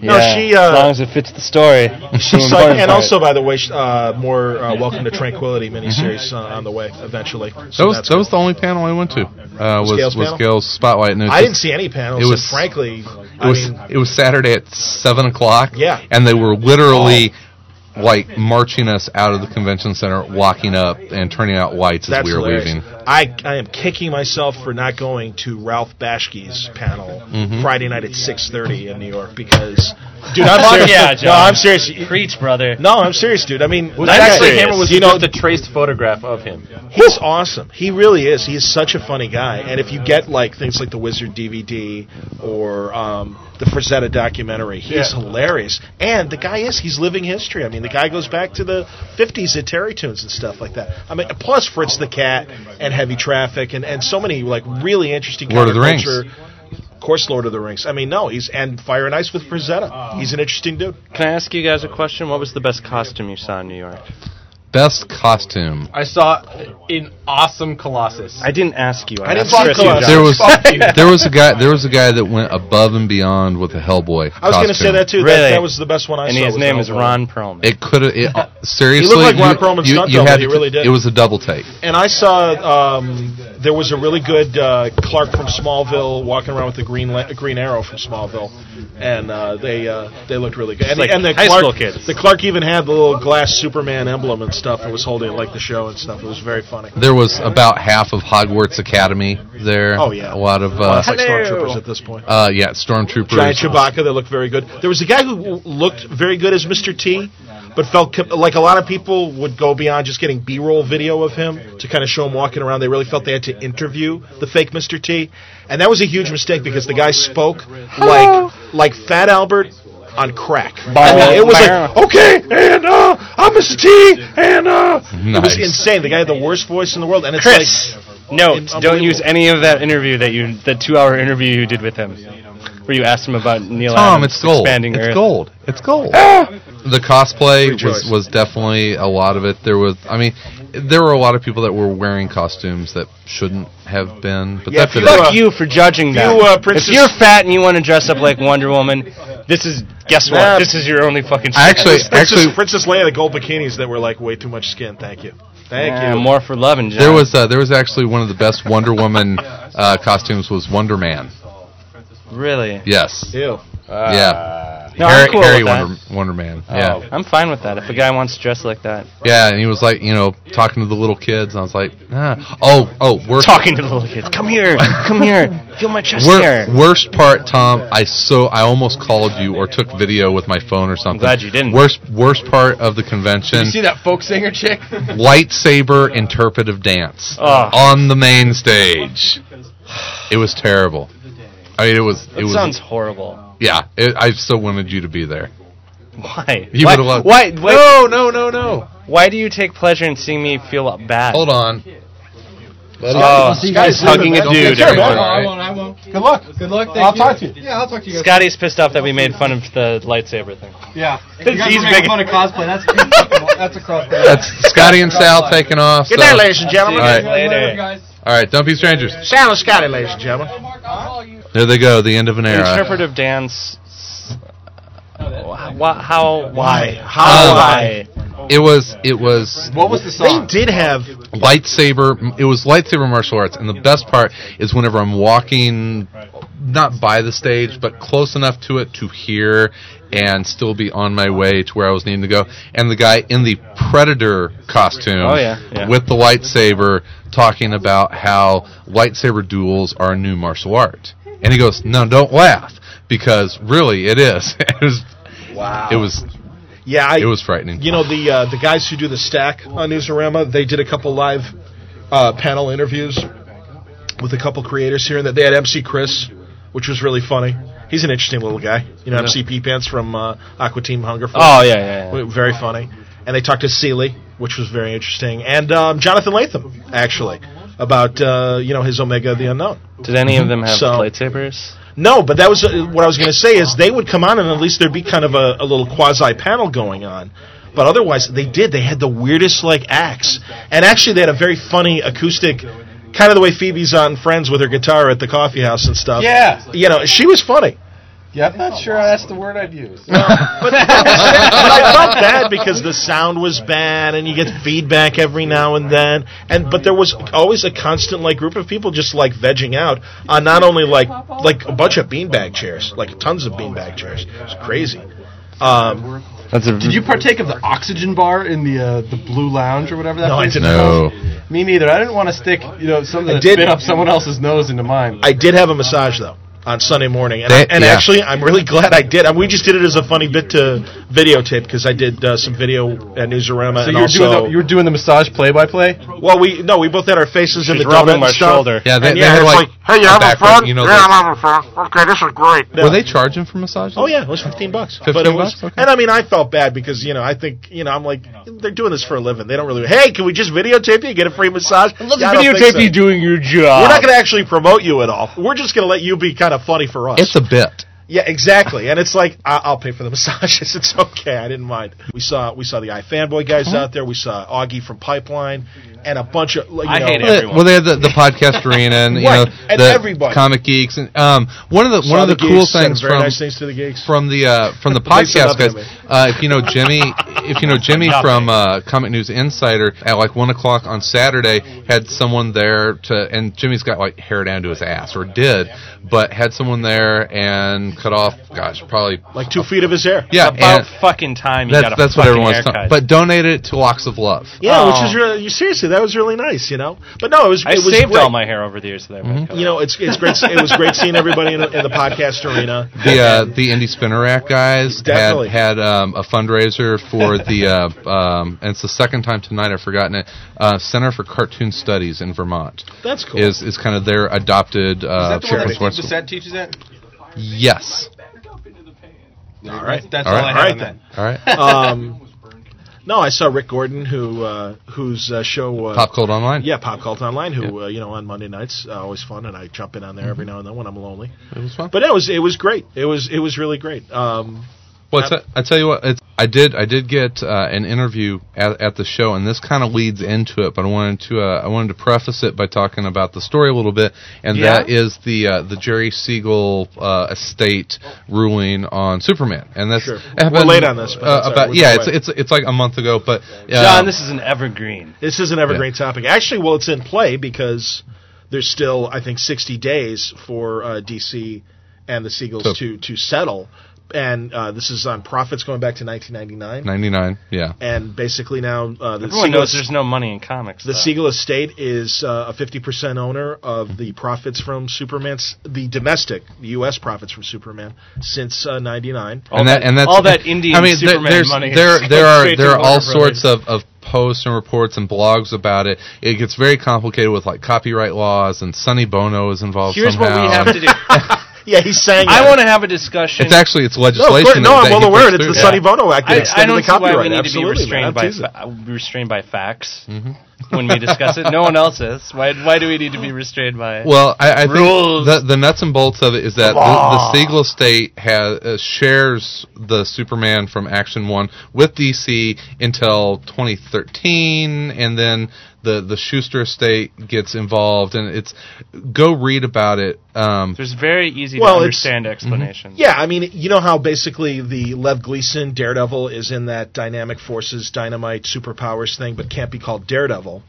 Speaker 3: No,
Speaker 2: yeah,
Speaker 3: she, uh,
Speaker 2: as long as it fits the *laughs* story.
Speaker 3: She's psyched, and also, by the way, sh- uh, more uh, Welcome to Tranquility miniseries uh, on the way eventually. So
Speaker 1: that was
Speaker 3: that's
Speaker 1: that was
Speaker 3: good.
Speaker 1: the only panel I went to. Uh, was
Speaker 3: Gail's
Speaker 1: was
Speaker 3: panel?
Speaker 1: Gail's spotlight, and it was
Speaker 3: I didn't
Speaker 1: just-
Speaker 3: see any panels.
Speaker 1: it was-
Speaker 3: and frankly,
Speaker 1: It
Speaker 3: I
Speaker 1: was
Speaker 3: mean,
Speaker 1: it was Saturday at seven o'clock.
Speaker 3: Yeah. Oh.
Speaker 1: and they were literally like marching us out of the convention center, walking up and turning out lights as
Speaker 3: that's
Speaker 1: we were
Speaker 3: hilarious.
Speaker 1: leaving.
Speaker 3: I I am kicking myself for not going to Ralph Bashke's panel Friday night at 6:30 in New York because, dude, I'm serious.
Speaker 2: yeah,
Speaker 3: No,
Speaker 2: John.
Speaker 3: I'm serious.
Speaker 2: Preach, brother.
Speaker 3: No, I'm serious, dude. I mean,
Speaker 4: Well, actually,
Speaker 3: serious.
Speaker 4: Cameron was
Speaker 3: you know,
Speaker 4: just a traced photograph of him.
Speaker 3: He's awesome. He really is. He's such a funny guy. And if you get like things like the Wizard DVD or um, the Frazetta documentary, he's
Speaker 4: Yeah.
Speaker 3: hilarious. And the guy is—he's living history. I mean, the guy goes back to the '50s at Terry Tunes and stuff like that. I mean, plus Fritz the Cat and Heavy Traffic and, and so many like really interesting
Speaker 1: Lord of the Rings.
Speaker 3: counterculture- Of course, Lord of the Rings. I mean, no, he's and Fire and Ice with Frazetta. He's an interesting dude.
Speaker 2: Can I ask you guys a question? What was the best costume you saw in New York?
Speaker 1: Best costume.
Speaker 4: I saw an awesome Colossus.
Speaker 2: I didn't ask you. I,
Speaker 3: didn't
Speaker 2: asked
Speaker 3: see
Speaker 2: Chris, you
Speaker 3: Colossus.
Speaker 2: John.
Speaker 1: There was
Speaker 4: Fuck you.
Speaker 1: there was a guy there was a guy that went above and beyond with a Hellboy.
Speaker 3: I was going to say that too. That,
Speaker 2: Really?
Speaker 3: that was the best one I
Speaker 2: and
Speaker 3: saw.
Speaker 2: his
Speaker 3: was
Speaker 2: name
Speaker 3: that
Speaker 2: is
Speaker 3: one.
Speaker 2: Ron Perlman.
Speaker 1: It could
Speaker 3: *laughs*
Speaker 1: have it, uh, seriously.
Speaker 3: like Ron
Speaker 1: you-
Speaker 3: Perlman's
Speaker 1: you,
Speaker 3: stunt
Speaker 1: you
Speaker 3: double,
Speaker 1: had
Speaker 3: he
Speaker 1: to-
Speaker 3: really did.
Speaker 1: It was a double take.
Speaker 3: And I saw um, there was a really good uh, Clark from Smallville walking around with the green la- green arrow from Smallville, and uh, they uh, they looked really good. And,
Speaker 2: like
Speaker 3: the, and the
Speaker 2: high
Speaker 3: Clark,
Speaker 2: school kids.
Speaker 3: the Clark even had the little glass Superman emblem and stuff, and was holding it like the show and stuff. It was very funny.
Speaker 1: There was about half of Hogwarts Academy there.
Speaker 3: Oh, yeah.
Speaker 1: a lot of
Speaker 3: Well, *laughs*
Speaker 1: uh,
Speaker 3: it's like stormtroopers at this point.
Speaker 1: uh yeah stormtroopers.
Speaker 3: Giant Chewbacca, they looked very good. There was a guy who w- looked very good as Mr. T, but felt com- like a lot of people would go beyond just getting B-roll video of him to kind of show him walking around. They really felt they had to interview the fake Mr. T, and that was a huge mistake because the guy spoke like like Fat Albert on crack. And it was like, okay, and uh, I'm Mr. T, and uh, it
Speaker 1: Nice.
Speaker 3: was insane. The guy had the worst voice in the world, and it's
Speaker 2: Chris,
Speaker 3: like.
Speaker 2: note:
Speaker 3: Unbelievable.
Speaker 2: Don't use any of that interview that you, that two-hour interview you did with him, where you asked him about Neil
Speaker 1: Tom,
Speaker 2: Adams
Speaker 1: it's gold.
Speaker 2: expanding
Speaker 1: It's
Speaker 2: Earth.
Speaker 1: gold. It's gold.
Speaker 2: Ah!
Speaker 1: The cosplay
Speaker 3: Rejoice.
Speaker 1: was, was definitely a lot of it. There was, I mean, there were a lot of people that were wearing costumes that shouldn't have been, but
Speaker 3: Yeah,
Speaker 1: that
Speaker 3: if you
Speaker 1: fit
Speaker 3: look-
Speaker 1: in.
Speaker 2: Fuck you for judging that.
Speaker 3: You, uh,
Speaker 2: if
Speaker 3: Princess-
Speaker 2: you're fat and you want to dress up like Wonder Woman, this is guess what?
Speaker 3: Nah.
Speaker 2: This is your only fucking.
Speaker 1: I
Speaker 2: chance.
Speaker 1: actually-
Speaker 3: Princess,
Speaker 1: Actually-
Speaker 3: Princess Leia, the gold bikinis that were like way too much skin. Thank you, thank
Speaker 2: Yeah,
Speaker 3: you.
Speaker 2: more for loving. John.
Speaker 1: There was uh, there was actually one of the best Wonder Woman uh, costumes was Wonder Man.
Speaker 2: really.
Speaker 1: Yes.
Speaker 3: Ew.
Speaker 4: Uh,
Speaker 1: Yeah.
Speaker 2: No,
Speaker 1: Harry,
Speaker 2: I'm cool
Speaker 1: Harry
Speaker 2: with that. Oh.
Speaker 1: Wonder, Wonder Man. Yeah.
Speaker 2: I'm fine with that. If a guy wants to dress like that,
Speaker 1: Yeah, and he was like, you know, talking to the little kids, and I was like, ah. oh, oh, worst,
Speaker 2: talking to the little kids, come here, come here, feel my chest
Speaker 1: wor-
Speaker 2: here.
Speaker 1: worst part, Tom. I so I almost called you or took video with my phone or something.
Speaker 2: glad you didn't.
Speaker 1: Worst worst part of the convention.
Speaker 4: You see that folk singer
Speaker 3: *laughs*
Speaker 4: chick?
Speaker 1: lightsaber interpretive dance
Speaker 2: Ugh.
Speaker 1: on the main stage. It was terrible. I mean, it was. It
Speaker 2: That
Speaker 1: was.
Speaker 2: sounds horrible.
Speaker 1: yeah, it, I so wanted you to be there.
Speaker 2: Why?
Speaker 1: You
Speaker 2: why,
Speaker 1: would've loved-
Speaker 2: why, why,
Speaker 1: No, no, no, no.
Speaker 2: why do you take pleasure in seeing me feel bad?
Speaker 1: Hold on. Let
Speaker 2: Oh,
Speaker 1: us-
Speaker 2: Scotty's hugging a
Speaker 1: Don't
Speaker 2: dude.
Speaker 1: get your
Speaker 2: everyone.
Speaker 1: back on.
Speaker 6: I won't. I won't. Good luck. Good luck. Thank I'll talk to you. Yeah, I'll talk to you guys.
Speaker 2: Scotty's pissed off that we made fun of the lightsaber thing.
Speaker 6: Yeah. You guys
Speaker 2: He's
Speaker 6: are making
Speaker 2: big.
Speaker 6: fun of cosplay. That's that's a crossplay.
Speaker 1: That's Scotty and Sal taking off.
Speaker 3: Good
Speaker 1: so-
Speaker 3: night, ladies and gentlemen.
Speaker 1: All right.
Speaker 6: Later,
Speaker 2: Later.
Speaker 6: guys.
Speaker 1: All right, don't be strangers.
Speaker 3: Sal and Scotty, ladies and gentlemen.
Speaker 1: There they go. The end of an era.
Speaker 2: Interpretive dance. uh, wha- how? Why?
Speaker 3: How?
Speaker 2: Why?
Speaker 1: It was. It was
Speaker 4: What was the
Speaker 3: They
Speaker 4: song?
Speaker 3: did have.
Speaker 1: lightsaber. It was lightsaber martial arts, and the best part is whenever I'm walking, not by the stage, but close enough to it to hear and still be on my way to where I was needing to go. And the guy in the predator costume,
Speaker 2: Oh, yeah, yeah.
Speaker 1: with the lightsaber, talking about how lightsaber duels are a new martial art, and he goes, "No, don't laugh, because really it is." *laughs* it was,
Speaker 3: Wow.
Speaker 1: it was,
Speaker 3: Yeah, I,
Speaker 1: it was frightening.
Speaker 3: You know the uh, the guys who do the stack on Newsarama, they did a couple live uh, panel interviews with a couple creators here, and that they had MC Chris, which was really funny. He's an interesting little guy. You know, MCP Pants from uh, Aqua Team Hunger Force.
Speaker 2: Oh yeah, yeah, yeah.
Speaker 3: W- very funny. And they talked to Seeley, which was very interesting, and um, Jonathan Latham actually about uh, you know his Omega the Unknown.
Speaker 2: Did any of them have
Speaker 3: So-
Speaker 2: lightsabers?
Speaker 3: No, but that was uh, what I was going to say is they would come on and at least there'd be kind of a, a little quasi panel going on. But otherwise, they did. They had the weirdest like acts, and actually they had a very funny acoustic, kind of the way Phoebe's on Friends with her guitar at the coffee house and stuff.
Speaker 6: Yeah.
Speaker 3: you know she was funny.
Speaker 6: Yeah, I'm not sure that's the word I'd
Speaker 3: *laughs*
Speaker 6: use.
Speaker 3: *laughs*
Speaker 2: *laughs*
Speaker 3: But, but I felt bad because the sound was bad, and you get feedback every now and then. And but there was always a constant like group of people just like vegging out on not only like like a bunch of beanbag chairs, like tons of beanbag chairs. It's crazy. Um,
Speaker 2: That's a
Speaker 6: Did you partake of the oxygen bar in the uh, the blue lounge or whatever that
Speaker 3: No, I
Speaker 6: place
Speaker 3: did
Speaker 6: is
Speaker 1: No.
Speaker 6: called? Me neither. I didn't want to stick, you know, something that
Speaker 3: did-
Speaker 6: bit up someone else's nose into mine.
Speaker 3: I did have a massage though. On Sunday morning, and,
Speaker 1: That-
Speaker 3: and
Speaker 1: yeah.
Speaker 3: actually, I'm really glad I did. And we just did it as a funny bit to videotape because I did uh, some video at Newsarama.
Speaker 6: so
Speaker 3: and
Speaker 6: you were
Speaker 3: also,
Speaker 6: doing the, you were doing the massage play by play.
Speaker 3: Well, we no, we both had our faces in the
Speaker 2: rubbing
Speaker 3: dugout
Speaker 2: my
Speaker 3: and stuff.
Speaker 2: shoulder.
Speaker 1: Yeah, they,
Speaker 3: And
Speaker 1: they
Speaker 3: yeah,
Speaker 1: had
Speaker 3: it's
Speaker 1: like,
Speaker 3: like,
Speaker 1: hey, you having fun? You know, yeah, I'm having fun. Okay, this is great.
Speaker 3: No.
Speaker 1: Were they charging for massages?
Speaker 3: Oh yeah, it was fifteen bucks.
Speaker 1: 15
Speaker 3: but it was,
Speaker 1: bucks? Okay.
Speaker 3: and I mean, I felt bad because you know I think you know I'm like they're doing this for a living. They don't really. Hey, can we just videotape you and get a free massage? Let's videotape you doing your job. We're not going to actually promote you at all. We're just going to let you be kind of funny for us.
Speaker 1: It's a *laughs* bit.
Speaker 3: yeah, exactly. And it's like I- I'll pay for the *laughs* massages. It's okay. I didn't mind. We saw we saw the iFanboy guys out there. We saw Augie from Pipeline and a bunch of like, you
Speaker 2: I
Speaker 3: know,
Speaker 2: hate
Speaker 1: Well, they-
Speaker 2: everyone.
Speaker 1: Well, they had the, the podcast arena and you
Speaker 3: Right,
Speaker 1: know
Speaker 3: and
Speaker 1: the
Speaker 3: everybody.
Speaker 1: comic geeks and um one of the
Speaker 3: saw
Speaker 1: one of the, cool
Speaker 3: geeks, said
Speaker 1: things
Speaker 3: very
Speaker 1: from
Speaker 3: nice things to the geeks.
Speaker 1: from the uh, from the
Speaker 3: Please sit
Speaker 1: podcast
Speaker 3: up,
Speaker 1: guys.
Speaker 3: Jimmy.
Speaker 1: Uh, if you know Jimmy, if *laughs* you know Jimmy from uh, Comic News Insider, at like one o'clock on Saturday, had someone there to, and Jimmy's got like hair down to his ass, or did, but had someone there and cut off, gosh, probably
Speaker 3: like two feet of his hair.
Speaker 1: yeah,
Speaker 2: About
Speaker 1: and
Speaker 2: fucking time you got
Speaker 1: that's
Speaker 2: a
Speaker 1: that's what
Speaker 2: fucking
Speaker 1: everyone's
Speaker 2: haircut.
Speaker 1: talking. But donated it to Locks of Love.
Speaker 3: Yeah, which
Speaker 2: Oh.
Speaker 3: was really you, seriously that was really nice, you know. But no, it was
Speaker 2: I
Speaker 3: it was
Speaker 2: saved
Speaker 3: great. Mm-hmm.
Speaker 2: all my hair over the years. That I've had
Speaker 3: You know, it's it's great. It was great seeing everybody in, in the podcast arena.
Speaker 1: The uh, the Indie Spinner Rack guys
Speaker 3: Definitely.
Speaker 1: had had um, a fundraiser
Speaker 3: *laughs*
Speaker 1: for the uh, um, and it's the second time tonight I've forgotten it. Uh, Center for Cartoon Studies in Vermont
Speaker 3: That's cool.
Speaker 1: is is kind of their adopted. Uh, Performance Arts School.
Speaker 6: teaches at?
Speaker 1: Yes.
Speaker 6: All right, that's
Speaker 1: All
Speaker 6: all,
Speaker 1: right.
Speaker 3: All
Speaker 6: I had
Speaker 3: right,
Speaker 6: on
Speaker 3: then.
Speaker 6: that.
Speaker 1: All right.
Speaker 3: Um, no, I saw Rick Gordon, who uh, whose uh, show uh,
Speaker 1: Pop Cold Online.
Speaker 3: yeah, Pop Cult Online, who uh, you know on Monday nights uh, always fun, and I jump in on there
Speaker 1: Mm-hmm.
Speaker 3: every now and then when I'm lonely.
Speaker 1: It was fun.
Speaker 3: But it was it was great. It was it was really great. Um,
Speaker 1: Well, I te- I tell you what, it's, I did. I did get uh, an interview at, at the show, and this kind of leads into it. But I wanted to. Uh, I wanted to preface it by talking about the story a little bit, and that is the uh, the Jerry Siegel uh, estate ruling on Superman, and that's
Speaker 3: Sure.
Speaker 1: it happened,
Speaker 3: We're late on this,
Speaker 1: uh,
Speaker 3: but that's all right.
Speaker 1: about
Speaker 3: We're
Speaker 1: yeah,
Speaker 3: no
Speaker 1: it's,
Speaker 3: way.
Speaker 1: it's it's like a month ago, but uh,
Speaker 2: *laughs* John, this is an evergreen.
Speaker 3: This is an evergreen topic. Actually, well, it's in play because there's still, I think, 60 days for uh, DC and the Seagulls
Speaker 1: So-
Speaker 3: to to settle, and uh, this is on profits going back to 1999.
Speaker 1: ninety nine. Yeah,
Speaker 3: And basically now, uh, the
Speaker 2: Everyone
Speaker 3: Siegel
Speaker 2: knows there's no money in comics.
Speaker 3: the
Speaker 2: though.
Speaker 3: Siegel Estate is uh, a 50% owner of the profits from Superman's the domestic U.S. profits from Superman since uh, 99.
Speaker 2: All
Speaker 1: and that, and that's
Speaker 2: all that Indian
Speaker 1: I mean, there-
Speaker 2: Superman
Speaker 1: there's,
Speaker 2: money. *laughs*
Speaker 1: There,
Speaker 2: is
Speaker 1: there are
Speaker 2: straight
Speaker 1: there
Speaker 2: to
Speaker 1: are all
Speaker 2: Warner Brothers.
Speaker 1: sorts of, of posts and reports and blogs about it. It gets very complicated with like copyright laws, and Sonny Bono is involved
Speaker 2: Here's what
Speaker 1: somehow.
Speaker 2: we have to
Speaker 1: *laughs*
Speaker 2: do.
Speaker 3: Yeah, he's saying
Speaker 2: I
Speaker 3: that.
Speaker 2: want to have a discussion.
Speaker 1: It's actually it's
Speaker 3: No, of course,
Speaker 1: legislation.
Speaker 3: no,
Speaker 1: that,
Speaker 3: I'm
Speaker 1: that
Speaker 3: well
Speaker 1: he
Speaker 3: aware
Speaker 1: pushed
Speaker 3: it's the
Speaker 1: through.
Speaker 3: Sonny Bono Act. that
Speaker 2: I, I
Speaker 3: extended
Speaker 2: don't
Speaker 3: the
Speaker 2: see why we
Speaker 3: copyright.
Speaker 2: need to be
Speaker 3: Absolutely, man,
Speaker 2: restrained by
Speaker 3: Jesus.
Speaker 2: fa- restrained by facts
Speaker 1: Mm-hmm.
Speaker 2: when we discuss it. No one else is. Why? Why do we need to
Speaker 1: *laughs*
Speaker 2: be restrained by it?
Speaker 1: Well, I, I think
Speaker 2: Rules.
Speaker 1: the, the nuts and bolts of it is that the, the Siegel estate has uh, shares the Superman from Action One with DC until 2013, and then the the Schuster estate gets involved, and it's go read about it. Um,
Speaker 2: There's very easy
Speaker 3: Well,
Speaker 2: to
Speaker 3: it's- Mm-hmm.
Speaker 2: understand explanations.
Speaker 3: Yeah, I mean, you know how basically the Lev Gleason Daredevil is in that Dynamic Forces Dynamite Superpowers thing, but can't be called Daredevil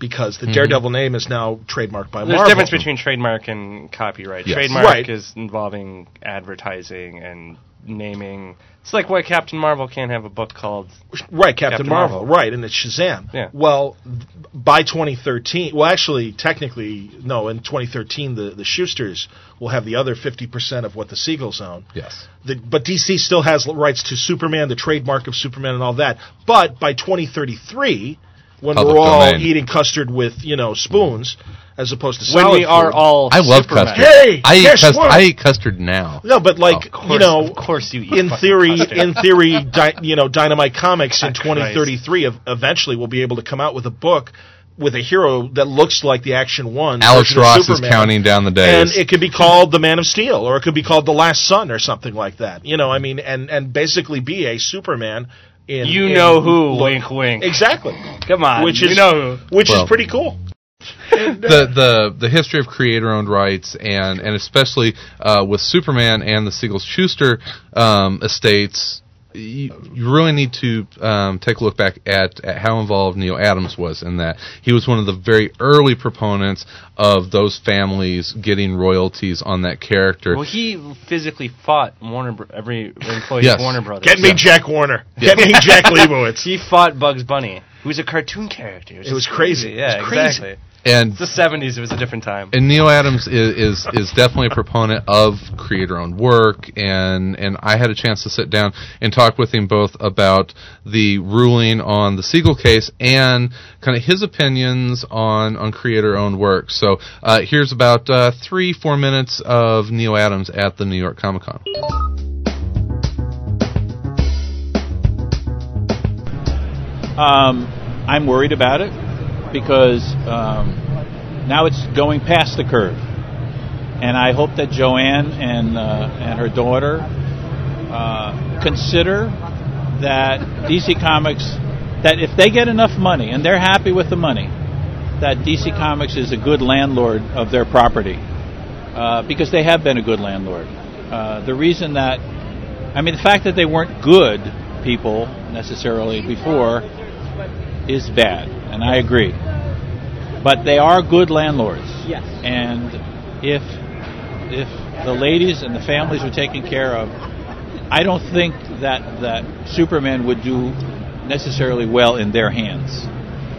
Speaker 3: because the Daredevil name is now trademarked by
Speaker 2: Mm-hmm. There's
Speaker 3: Marvel.
Speaker 2: a difference between trademark and copyright.
Speaker 1: Yes.
Speaker 2: Trademark
Speaker 3: Right.
Speaker 2: is involving advertising and naming. It's like why Captain Marvel can't have a book called.
Speaker 3: right, Captain,
Speaker 2: Captain
Speaker 3: Marvel.
Speaker 2: Marvel.
Speaker 3: Right, and it's Shazam.
Speaker 2: Yeah.
Speaker 3: Well, th- by 2013, well, actually, technically, no, in 2013, the the Schuster's will have the other 50 percent of what the Seagulls own.
Speaker 1: yes.
Speaker 3: The, but DC still has rights to Superman, the trademark of Superman, and all that. But by 2033, when
Speaker 1: Public
Speaker 3: we're all
Speaker 1: domain.
Speaker 3: eating custard with you know spoons as opposed to
Speaker 2: when
Speaker 3: solid
Speaker 2: we are
Speaker 3: food.
Speaker 2: all
Speaker 1: I love
Speaker 2: Superman.
Speaker 1: custard.
Speaker 3: Hey,
Speaker 1: I eat
Speaker 3: guess
Speaker 1: custard.
Speaker 3: what?
Speaker 1: I eat custard now.
Speaker 3: No, but like
Speaker 1: Of
Speaker 3: you
Speaker 2: Of course-
Speaker 3: know,
Speaker 2: of course you eat
Speaker 3: in
Speaker 2: fucking
Speaker 3: theory,
Speaker 2: custard.
Speaker 3: in theory, di- you know, Dynamite Comics in
Speaker 2: Christ.
Speaker 3: 2033 ev- eventually will be able to come out with a book with a hero that looks like the Action One.
Speaker 1: Alex
Speaker 3: version of
Speaker 1: Ross
Speaker 3: Superman.
Speaker 1: is counting down the
Speaker 3: And
Speaker 1: days.
Speaker 3: it could be called the Man of Steel, or it could be called the Last Son, or something like that. You know, I mean, and and basically be a Superman. In
Speaker 2: You
Speaker 3: in
Speaker 2: know who?
Speaker 3: look-
Speaker 2: Wink, wink.
Speaker 3: Exactly.
Speaker 2: Come on,
Speaker 3: Which
Speaker 2: you
Speaker 3: is
Speaker 2: know
Speaker 3: which
Speaker 1: Well.
Speaker 3: is pretty cool.
Speaker 1: the the the history of creator-owned rights and and especially uh, with Superman and the Siegel Schuster um, estates, you, you really need to um, take a look back at, at how involved Neil Adams was in that. He was one of the very early proponents of those families getting royalties on that character.
Speaker 2: Well, he physically fought Warner Bro- every employee
Speaker 1: Yes.
Speaker 2: of Warner Brothers.
Speaker 3: Get me Jack Warner.
Speaker 1: Yeah.
Speaker 3: Get me Jack Leibowitz.
Speaker 2: He fought Bugs Bunny, who's a cartoon character.
Speaker 3: It was crazy.
Speaker 2: Yeah,
Speaker 3: It was crazy.
Speaker 2: exactly.
Speaker 1: and
Speaker 2: The '70s. It was a different time.
Speaker 1: and Neil Adams is, is is definitely a proponent of creator-owned work, and and I had a chance to sit down and talk with him both about the ruling on the Siegel case and kind of his opinions on on creator-owned work. So uh, here's about uh, three four minutes of Neil Adams at the New York Comic Con.
Speaker 7: Um, I'm worried about it because um, now it's going past the curve, and I hope that Joanne and uh, and her daughter uh, consider that DC Comics that if they get enough money and they're happy with the money, that DC Comics is a good landlord of their property uh, because they have been a good landlord. Uh, the reason that, I mean, the fact that they weren't good people necessarily before is bad, and I agree. But they are good landlords. Yes. And if if the ladies and the families are taken care of, I don't think that that Superman would do necessarily well in their hands.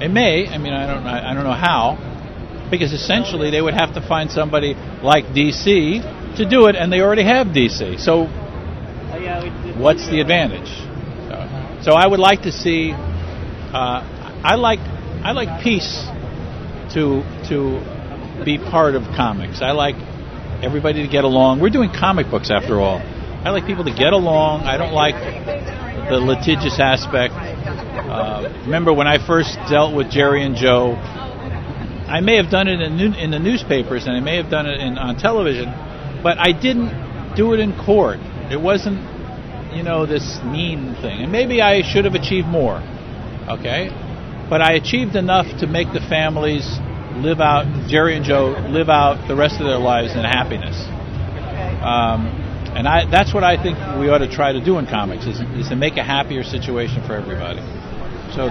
Speaker 7: It may. I mean, I don't. I, I don't know how, because essentially they would have to find somebody like DC to do it, and they already have DC. So what's the advantage? So, so I would like to see. Uh, I like I like peace to to be part of comics. I like everybody to get along. We're doing comic books after all. I like people to get along. I don't like the litigious aspect. Uh, remember when I first dealt with Jerry and Joe? I may have done it in, new, in the newspapers and I may have done it in, on television, but I didn't do it in court. It wasn't, you know, this mean thing. And maybe I should have achieved more, okay? But I achieved enough to make the families live out, Jerry and Joe live out the rest of their lives in happiness. Um, and I, that's what I think we ought to try to do in comics is, is to make a happier situation for everybody. So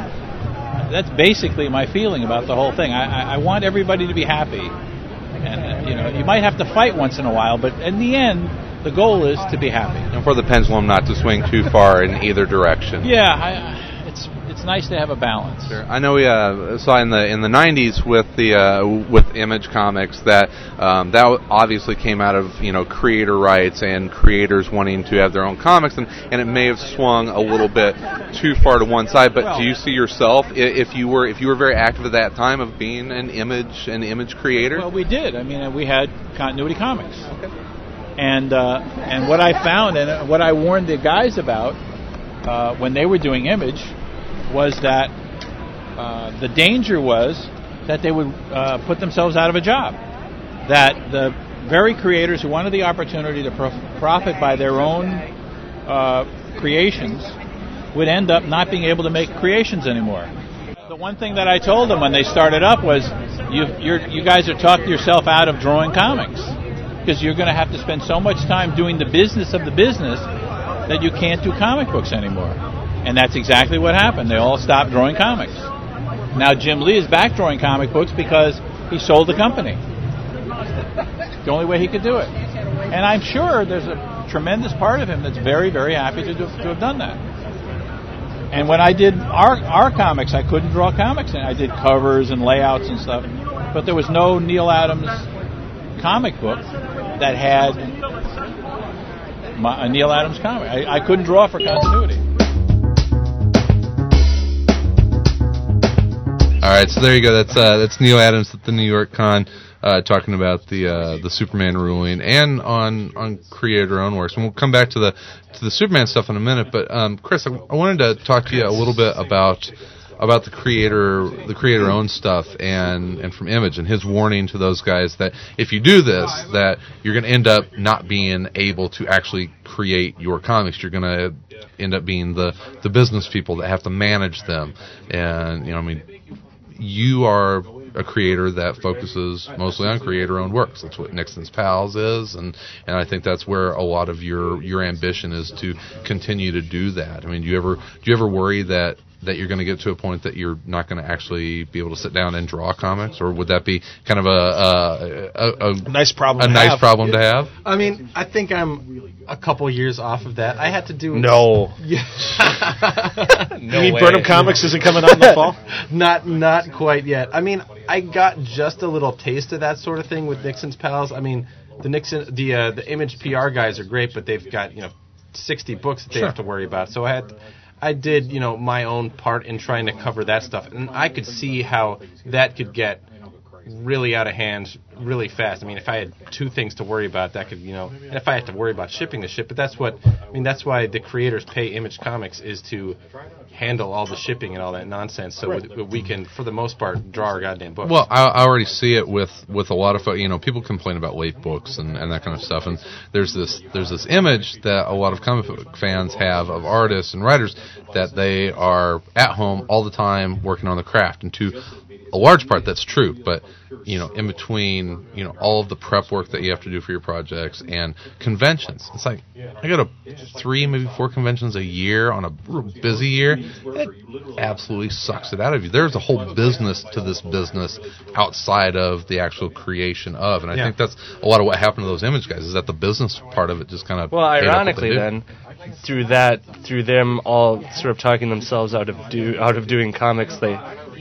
Speaker 7: that's basically my feeling about the whole thing. I, I, I want everybody to be happy, and uh, you know, you might have to fight once in a while, but in the end, the goal is to be happy.
Speaker 1: And for the pendulum not to swing too far in either direction.
Speaker 7: Yeah, I, it's it's nice to have a balance.
Speaker 1: Sure. I know we uh, saw in the in the '90s with the uh, with Image Comics that um, that obviously came out of you know creator rights and creators wanting to have their own comics, and, and it may have swung a little bit too far to one side. But
Speaker 7: Well-
Speaker 1: do you see yourself i- if you were if you were very active at that time of being an image an image creator?
Speaker 7: Well, we did. I mean, uh, we had continuity comics. And uh, and what I found and uh, what I warned the guys about uh, when they were doing Image was that uh, the danger was that they would uh, put themselves out of a job. That the very creators who wanted the opportunity to prof- profit by their own uh, creations would end up not being able to make creations anymore. The one thing that I told them when they started up was, you you're, you guys are talking yourself out of drawing comics because you're going to have to spend so much time doing the business of the business that you can't do comic books anymore. And that's exactly what happened. They all stopped drawing comics. Now Jim Lee is back drawing comic books because he sold the company. The only way he could do it. And I'm sure there's a tremendous part of him that's very, very happy to, do, to have done that. And when I did our our comics, I couldn't draw comics, and I did covers and layouts and stuff. But there was no Neil Adams comic book that had my, a Neil Adams comic. I, I couldn't draw for continuity.
Speaker 1: All right, so there you go. That's uh, that's Neil Adams at the New York Con uh, talking about the uh, the Superman ruling and on on create our own works. And we'll come back to the to the Superman stuff in a minute. But um, Chris, I, I wanted to talk to you a little bit about about the creator the creator owned stuff and and from Image and his warning to those guys that if you do this that you're going to end up not being able to actually create your comics. You're going to end up being the the business people that have to manage them. And you know, I mean, you are a creator that focuses mostly on creator-owned works. That's what Nixon's Pals is, and, and I think that's where a lot of your, your ambition is to continue to do that. I mean, do you ever do you ever worry that, that you're going to get to a point that you're not going to actually be able to sit down and draw comics, or would that be kind of a a, a, a,
Speaker 3: Nice problem.
Speaker 1: a
Speaker 3: to
Speaker 1: nice
Speaker 3: have.
Speaker 1: problem to have?
Speaker 4: I mean, I think I'm a couple years off of that. I had to do *laughs*
Speaker 2: No. *laughs*
Speaker 4: no
Speaker 3: You mean
Speaker 4: way.
Speaker 3: Burnham *laughs* Comics isn't coming out in
Speaker 4: *laughs*
Speaker 3: the fall?
Speaker 4: not not quite yet. I mean, I got just a little taste of that sort of thing with Nixon's pals. I mean, the Nixon the uh, the image PR guys are great, but they've got you know sixty books that they have to worry about. So I had I did you know my own part in trying to cover that stuff, and I could see how that could get really out of hand really fast. I mean, if I had two things to worry about, that could, you know, and if I had to worry about shipping the shit, but that's what, I mean, that's why the creators pay Image Comics is to handle all the shipping and all that nonsense so that we can, for the most part, draw our goddamn book.
Speaker 1: Well, I, I already see it with with a lot of fo- you know people complain about late books and, and that kind of stuff. And there's this there's this image that a lot of comic book fans have of artists and writers that they are at home all the time working on the craft. And to a large part, that's true. But you know, in between you know all of the prep work that you have to do for your projects and conventions, it's like I go to three maybe four conventions a year on a real busy year. It absolutely sucks it out of you. There's a whole business to this business outside of the actual creation of, and I think that's a lot of what happened to those image guys is that the business part of it just kind of
Speaker 2: Well, ironically, then through that, through them all sort of talking themselves out of do out of doing comics, they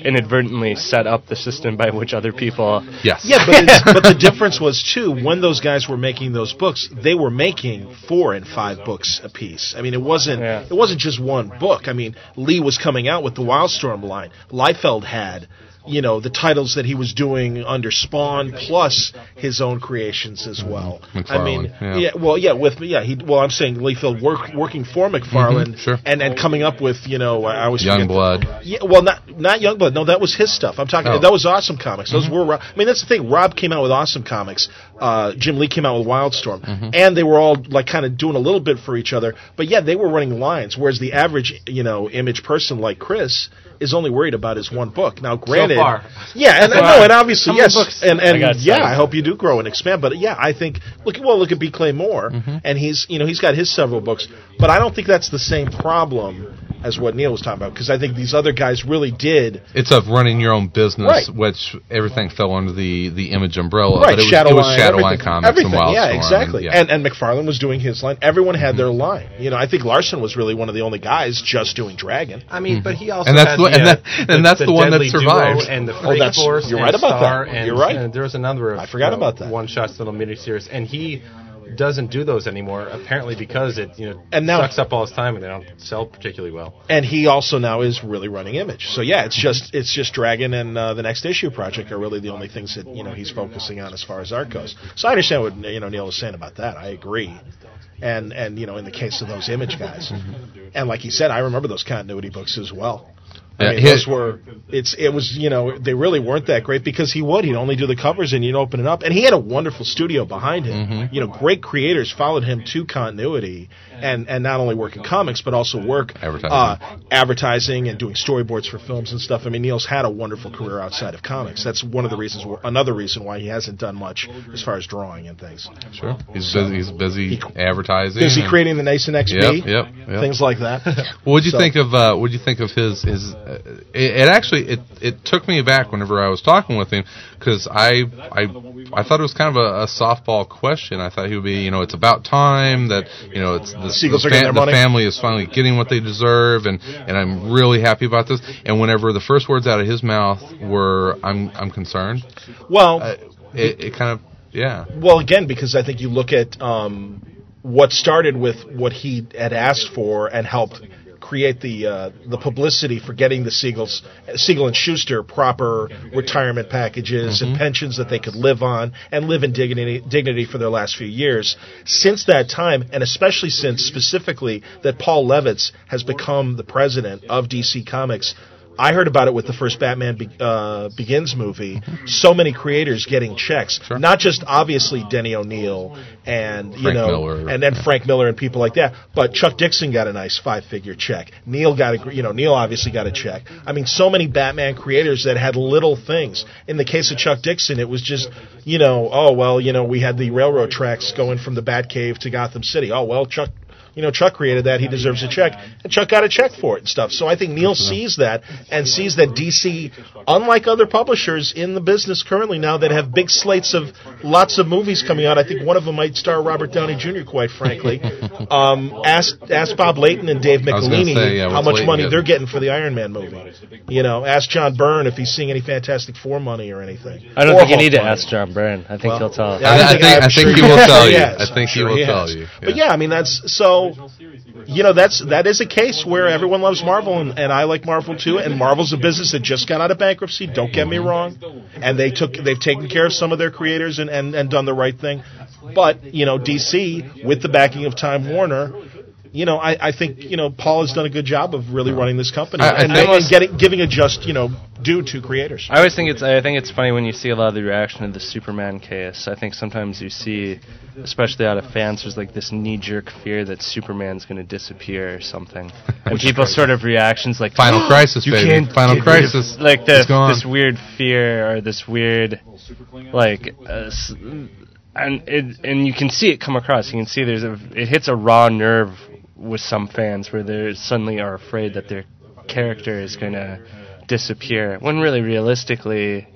Speaker 2: inadvertently set up the system by which other people.
Speaker 1: yes,
Speaker 3: Yeah, but, it's, but the difference was too when those guys were making those books, they were making four and five books a piece. I mean, it wasn't
Speaker 2: Yeah.
Speaker 3: it wasn't just one book. I mean, Lee was coming out with the Wildstorm line. Liefeld had, you know, the titles that he was doing under Spawn plus his own creations as well. I mean,
Speaker 1: McFarlane, yeah.
Speaker 3: yeah, well, yeah, with yeah, he well, I'm saying Liefeld work, working for McFarlane
Speaker 1: Mhm, sure.
Speaker 3: and and coming up with you know I, I always forget
Speaker 1: young
Speaker 3: the-
Speaker 1: blood.
Speaker 3: yeah, well, not not Youngblood. No, that was his stuff. I'm talking.
Speaker 1: Oh.
Speaker 3: That was Awesome Comics. Those
Speaker 4: Mm-hmm.
Speaker 3: were. Ro- I mean, that's the thing. Rob came out with Awesome Comics. Uh, Jim Lee came out with Wildstorm,
Speaker 4: Mm-hmm.
Speaker 3: and they were all like kind of doing a little bit for each other. But yeah, they were running lines. Whereas the average, you know, image person like Chris is only worried about his one book. Now, granted,
Speaker 4: far.
Speaker 3: yeah,
Speaker 4: *laughs*
Speaker 3: and no, and obviously
Speaker 4: How many
Speaker 3: yes,
Speaker 4: books?
Speaker 3: and
Speaker 2: I
Speaker 3: and
Speaker 2: got
Speaker 3: yeah,
Speaker 2: seven.
Speaker 3: I hope you do grow and expand. But yeah, I think look at well, look at B. Clay Moore,
Speaker 1: Mm-hmm.
Speaker 3: and he's you know he's got his several books, but I don't think that's the same problem as what Neil was talking about because I think these other guys really did
Speaker 1: It's of running your own business,
Speaker 3: Right.
Speaker 1: which everything fell under the, the image umbrella.
Speaker 3: right
Speaker 1: but it was,
Speaker 3: Shadowline,
Speaker 1: it was Shadowline
Speaker 3: everything,
Speaker 1: comics
Speaker 3: everything,
Speaker 1: and Wildstorm.
Speaker 3: yeah exactly,
Speaker 1: yeah. Mm-hmm.
Speaker 3: and and McFarlane was doing his line. Everyone had their line. You know, I think Larson was really one of the only guys just doing Dragon.
Speaker 4: I mean, but he also
Speaker 1: And that's
Speaker 4: had
Speaker 1: the- and
Speaker 4: uh,
Speaker 1: that- and that's the one that
Speaker 4: Deadly Duo
Speaker 1: survived.
Speaker 4: And the
Speaker 3: Oh,
Speaker 4: Freak
Speaker 3: that's-
Speaker 4: Force
Speaker 3: you're
Speaker 4: and
Speaker 3: right about that.
Speaker 4: Star And,
Speaker 3: You're right.
Speaker 4: uh, there was another. Of,
Speaker 3: I forgot about that.
Speaker 4: One shots little miniseries, and he doesn't do those anymore. Apparently, because it you know
Speaker 3: And now-
Speaker 4: sucks up all his time, and they don't sell particularly well.
Speaker 3: and he also now is really running image. So yeah, it's just it's just Dragon and uh, the next issue project are really the only things that you know he's focusing on as far as art goes. So I understand what you know Neil was saying about that. I agree. And and you know in the case of those image guys, and like he said, I remember those continuity books as well. I
Speaker 1: Yeah,
Speaker 3: mean,
Speaker 1: his-
Speaker 3: those were it's it was you know they really weren't that great because he would he'd only do the covers and he'd open it up and he had a wonderful studio behind him
Speaker 1: Mm-hmm.
Speaker 3: you know great creators followed him to continuity and and not only work in comics but also work
Speaker 1: Advertising.
Speaker 3: uh, advertising and doing storyboards for films and stuff I mean Neil's had a wonderful career outside of comics that's one of the reasons wh- another reason why he hasn't done much as far as drawing and things
Speaker 1: sure. He's busy, he's busy
Speaker 3: He-
Speaker 1: advertising.
Speaker 3: is he
Speaker 1: and-
Speaker 3: creating the Nason XP
Speaker 1: Yep, yep, yep.
Speaker 3: things like that *laughs*
Speaker 1: What would you
Speaker 3: So-
Speaker 1: think of uh, what would you think of his his? Uh, it, it actually it it took me back whenever I was talking with him because I I I thought it was kind of a, a softball question. I thought he would be you know it's about time that you know it's the,
Speaker 3: Seagulls
Speaker 1: the,
Speaker 3: are getting their
Speaker 1: the
Speaker 3: money.
Speaker 1: family is finally getting what they deserve and and I'm really happy about this. And whenever the first words out of his mouth were I'm I'm concerned,
Speaker 3: well
Speaker 1: uh, it it kind of yeah
Speaker 3: Well, again, because I think you look at um, what started with what he had asked for and helped create the uh, the publicity for getting the Siegels, Siegel and Schuster proper retirement packages and pensions that they could live on and live in dignity dignity for their last few years. Since that time, and especially since specifically that Paul Levitz has become the president of DC Comics. I heard about it with the first Batman Be- uh, Begins movie. So many creators getting checks, not just obviously Denny O'Neil and you
Speaker 1: Frank
Speaker 3: know
Speaker 1: Miller.
Speaker 3: and then Frank Miller and people like that. But Chuck Dixon got a nice five figure check. Neil got a gr- you know Neil obviously got a check. I mean, so many Batman creators that had little things. In the case of Chuck Dixon, it was just you know oh well you know we had the railroad tracks going from the Batcave to Gotham City. Oh well Chuck. You know, Chuck created that. He deserves a check. And Chuck got a check for it and stuff. So I think Neil sees that and sees that DC, unlike other publishers in the business currently now that have big slates of lots of movies coming out, I think one of them might star Robert Downey Jr., quite
Speaker 1: *laughs*
Speaker 3: frankly. um, ask, ask Bob Layton and Dave
Speaker 1: was gonna
Speaker 3: McElhaney
Speaker 1: say, yeah,
Speaker 3: how
Speaker 1: what's
Speaker 3: much
Speaker 1: Leighton
Speaker 3: money
Speaker 1: getting?
Speaker 3: they're getting for the Iron Man movie. You know, ask John Byrne if he's seeing any Fantastic Four money or anything.
Speaker 2: *laughs* I don't
Speaker 3: Or
Speaker 2: think you
Speaker 3: Hulk
Speaker 2: need to
Speaker 3: money.
Speaker 2: ask John Byrne. I think
Speaker 3: Well,
Speaker 2: he'll tell.
Speaker 3: yeah,
Speaker 1: I- I think-
Speaker 3: I'm
Speaker 1: I
Speaker 3: sure
Speaker 1: think he will tell you.
Speaker 3: has.
Speaker 1: I think he
Speaker 3: I'm sure
Speaker 1: will tell
Speaker 3: has.
Speaker 1: you.
Speaker 3: But
Speaker 1: Yeah.
Speaker 3: yeah, I mean that's so. You know that's that is a case where everyone loves Marvel and, and I like Marvel too. And Marvel's a business that just got out of bankruptcy. Don't get me wrong. And they took they've taken care of some of their creators and and, and done the right thing. But you know DC with the backing of Time Warner. You know, I, I think you know Paul has done a good job of really running this company
Speaker 1: I- I
Speaker 3: and,
Speaker 1: think-
Speaker 3: and getting, giving a just you know due to creators.
Speaker 2: I always think it's I think it's funny when you see a lot of the reaction to the Superman case. I think sometimes you see, especially out of fans, there's like this knee-jerk fear that Superman's going to disappear
Speaker 1: *laughs*
Speaker 2: or something, and people sort of reactions like "Oh,
Speaker 1: Final Crisis, baby. Final
Speaker 2: get rid of-
Speaker 1: Crisis.
Speaker 2: like
Speaker 1: It's
Speaker 2: this
Speaker 1: gone.
Speaker 2: this weird fear or this weird like uh, s- and it, and you can see it come across. You can see there's a it hits a raw nerve with some fans where they suddenly are afraid that their character is going to disappear. When really realistically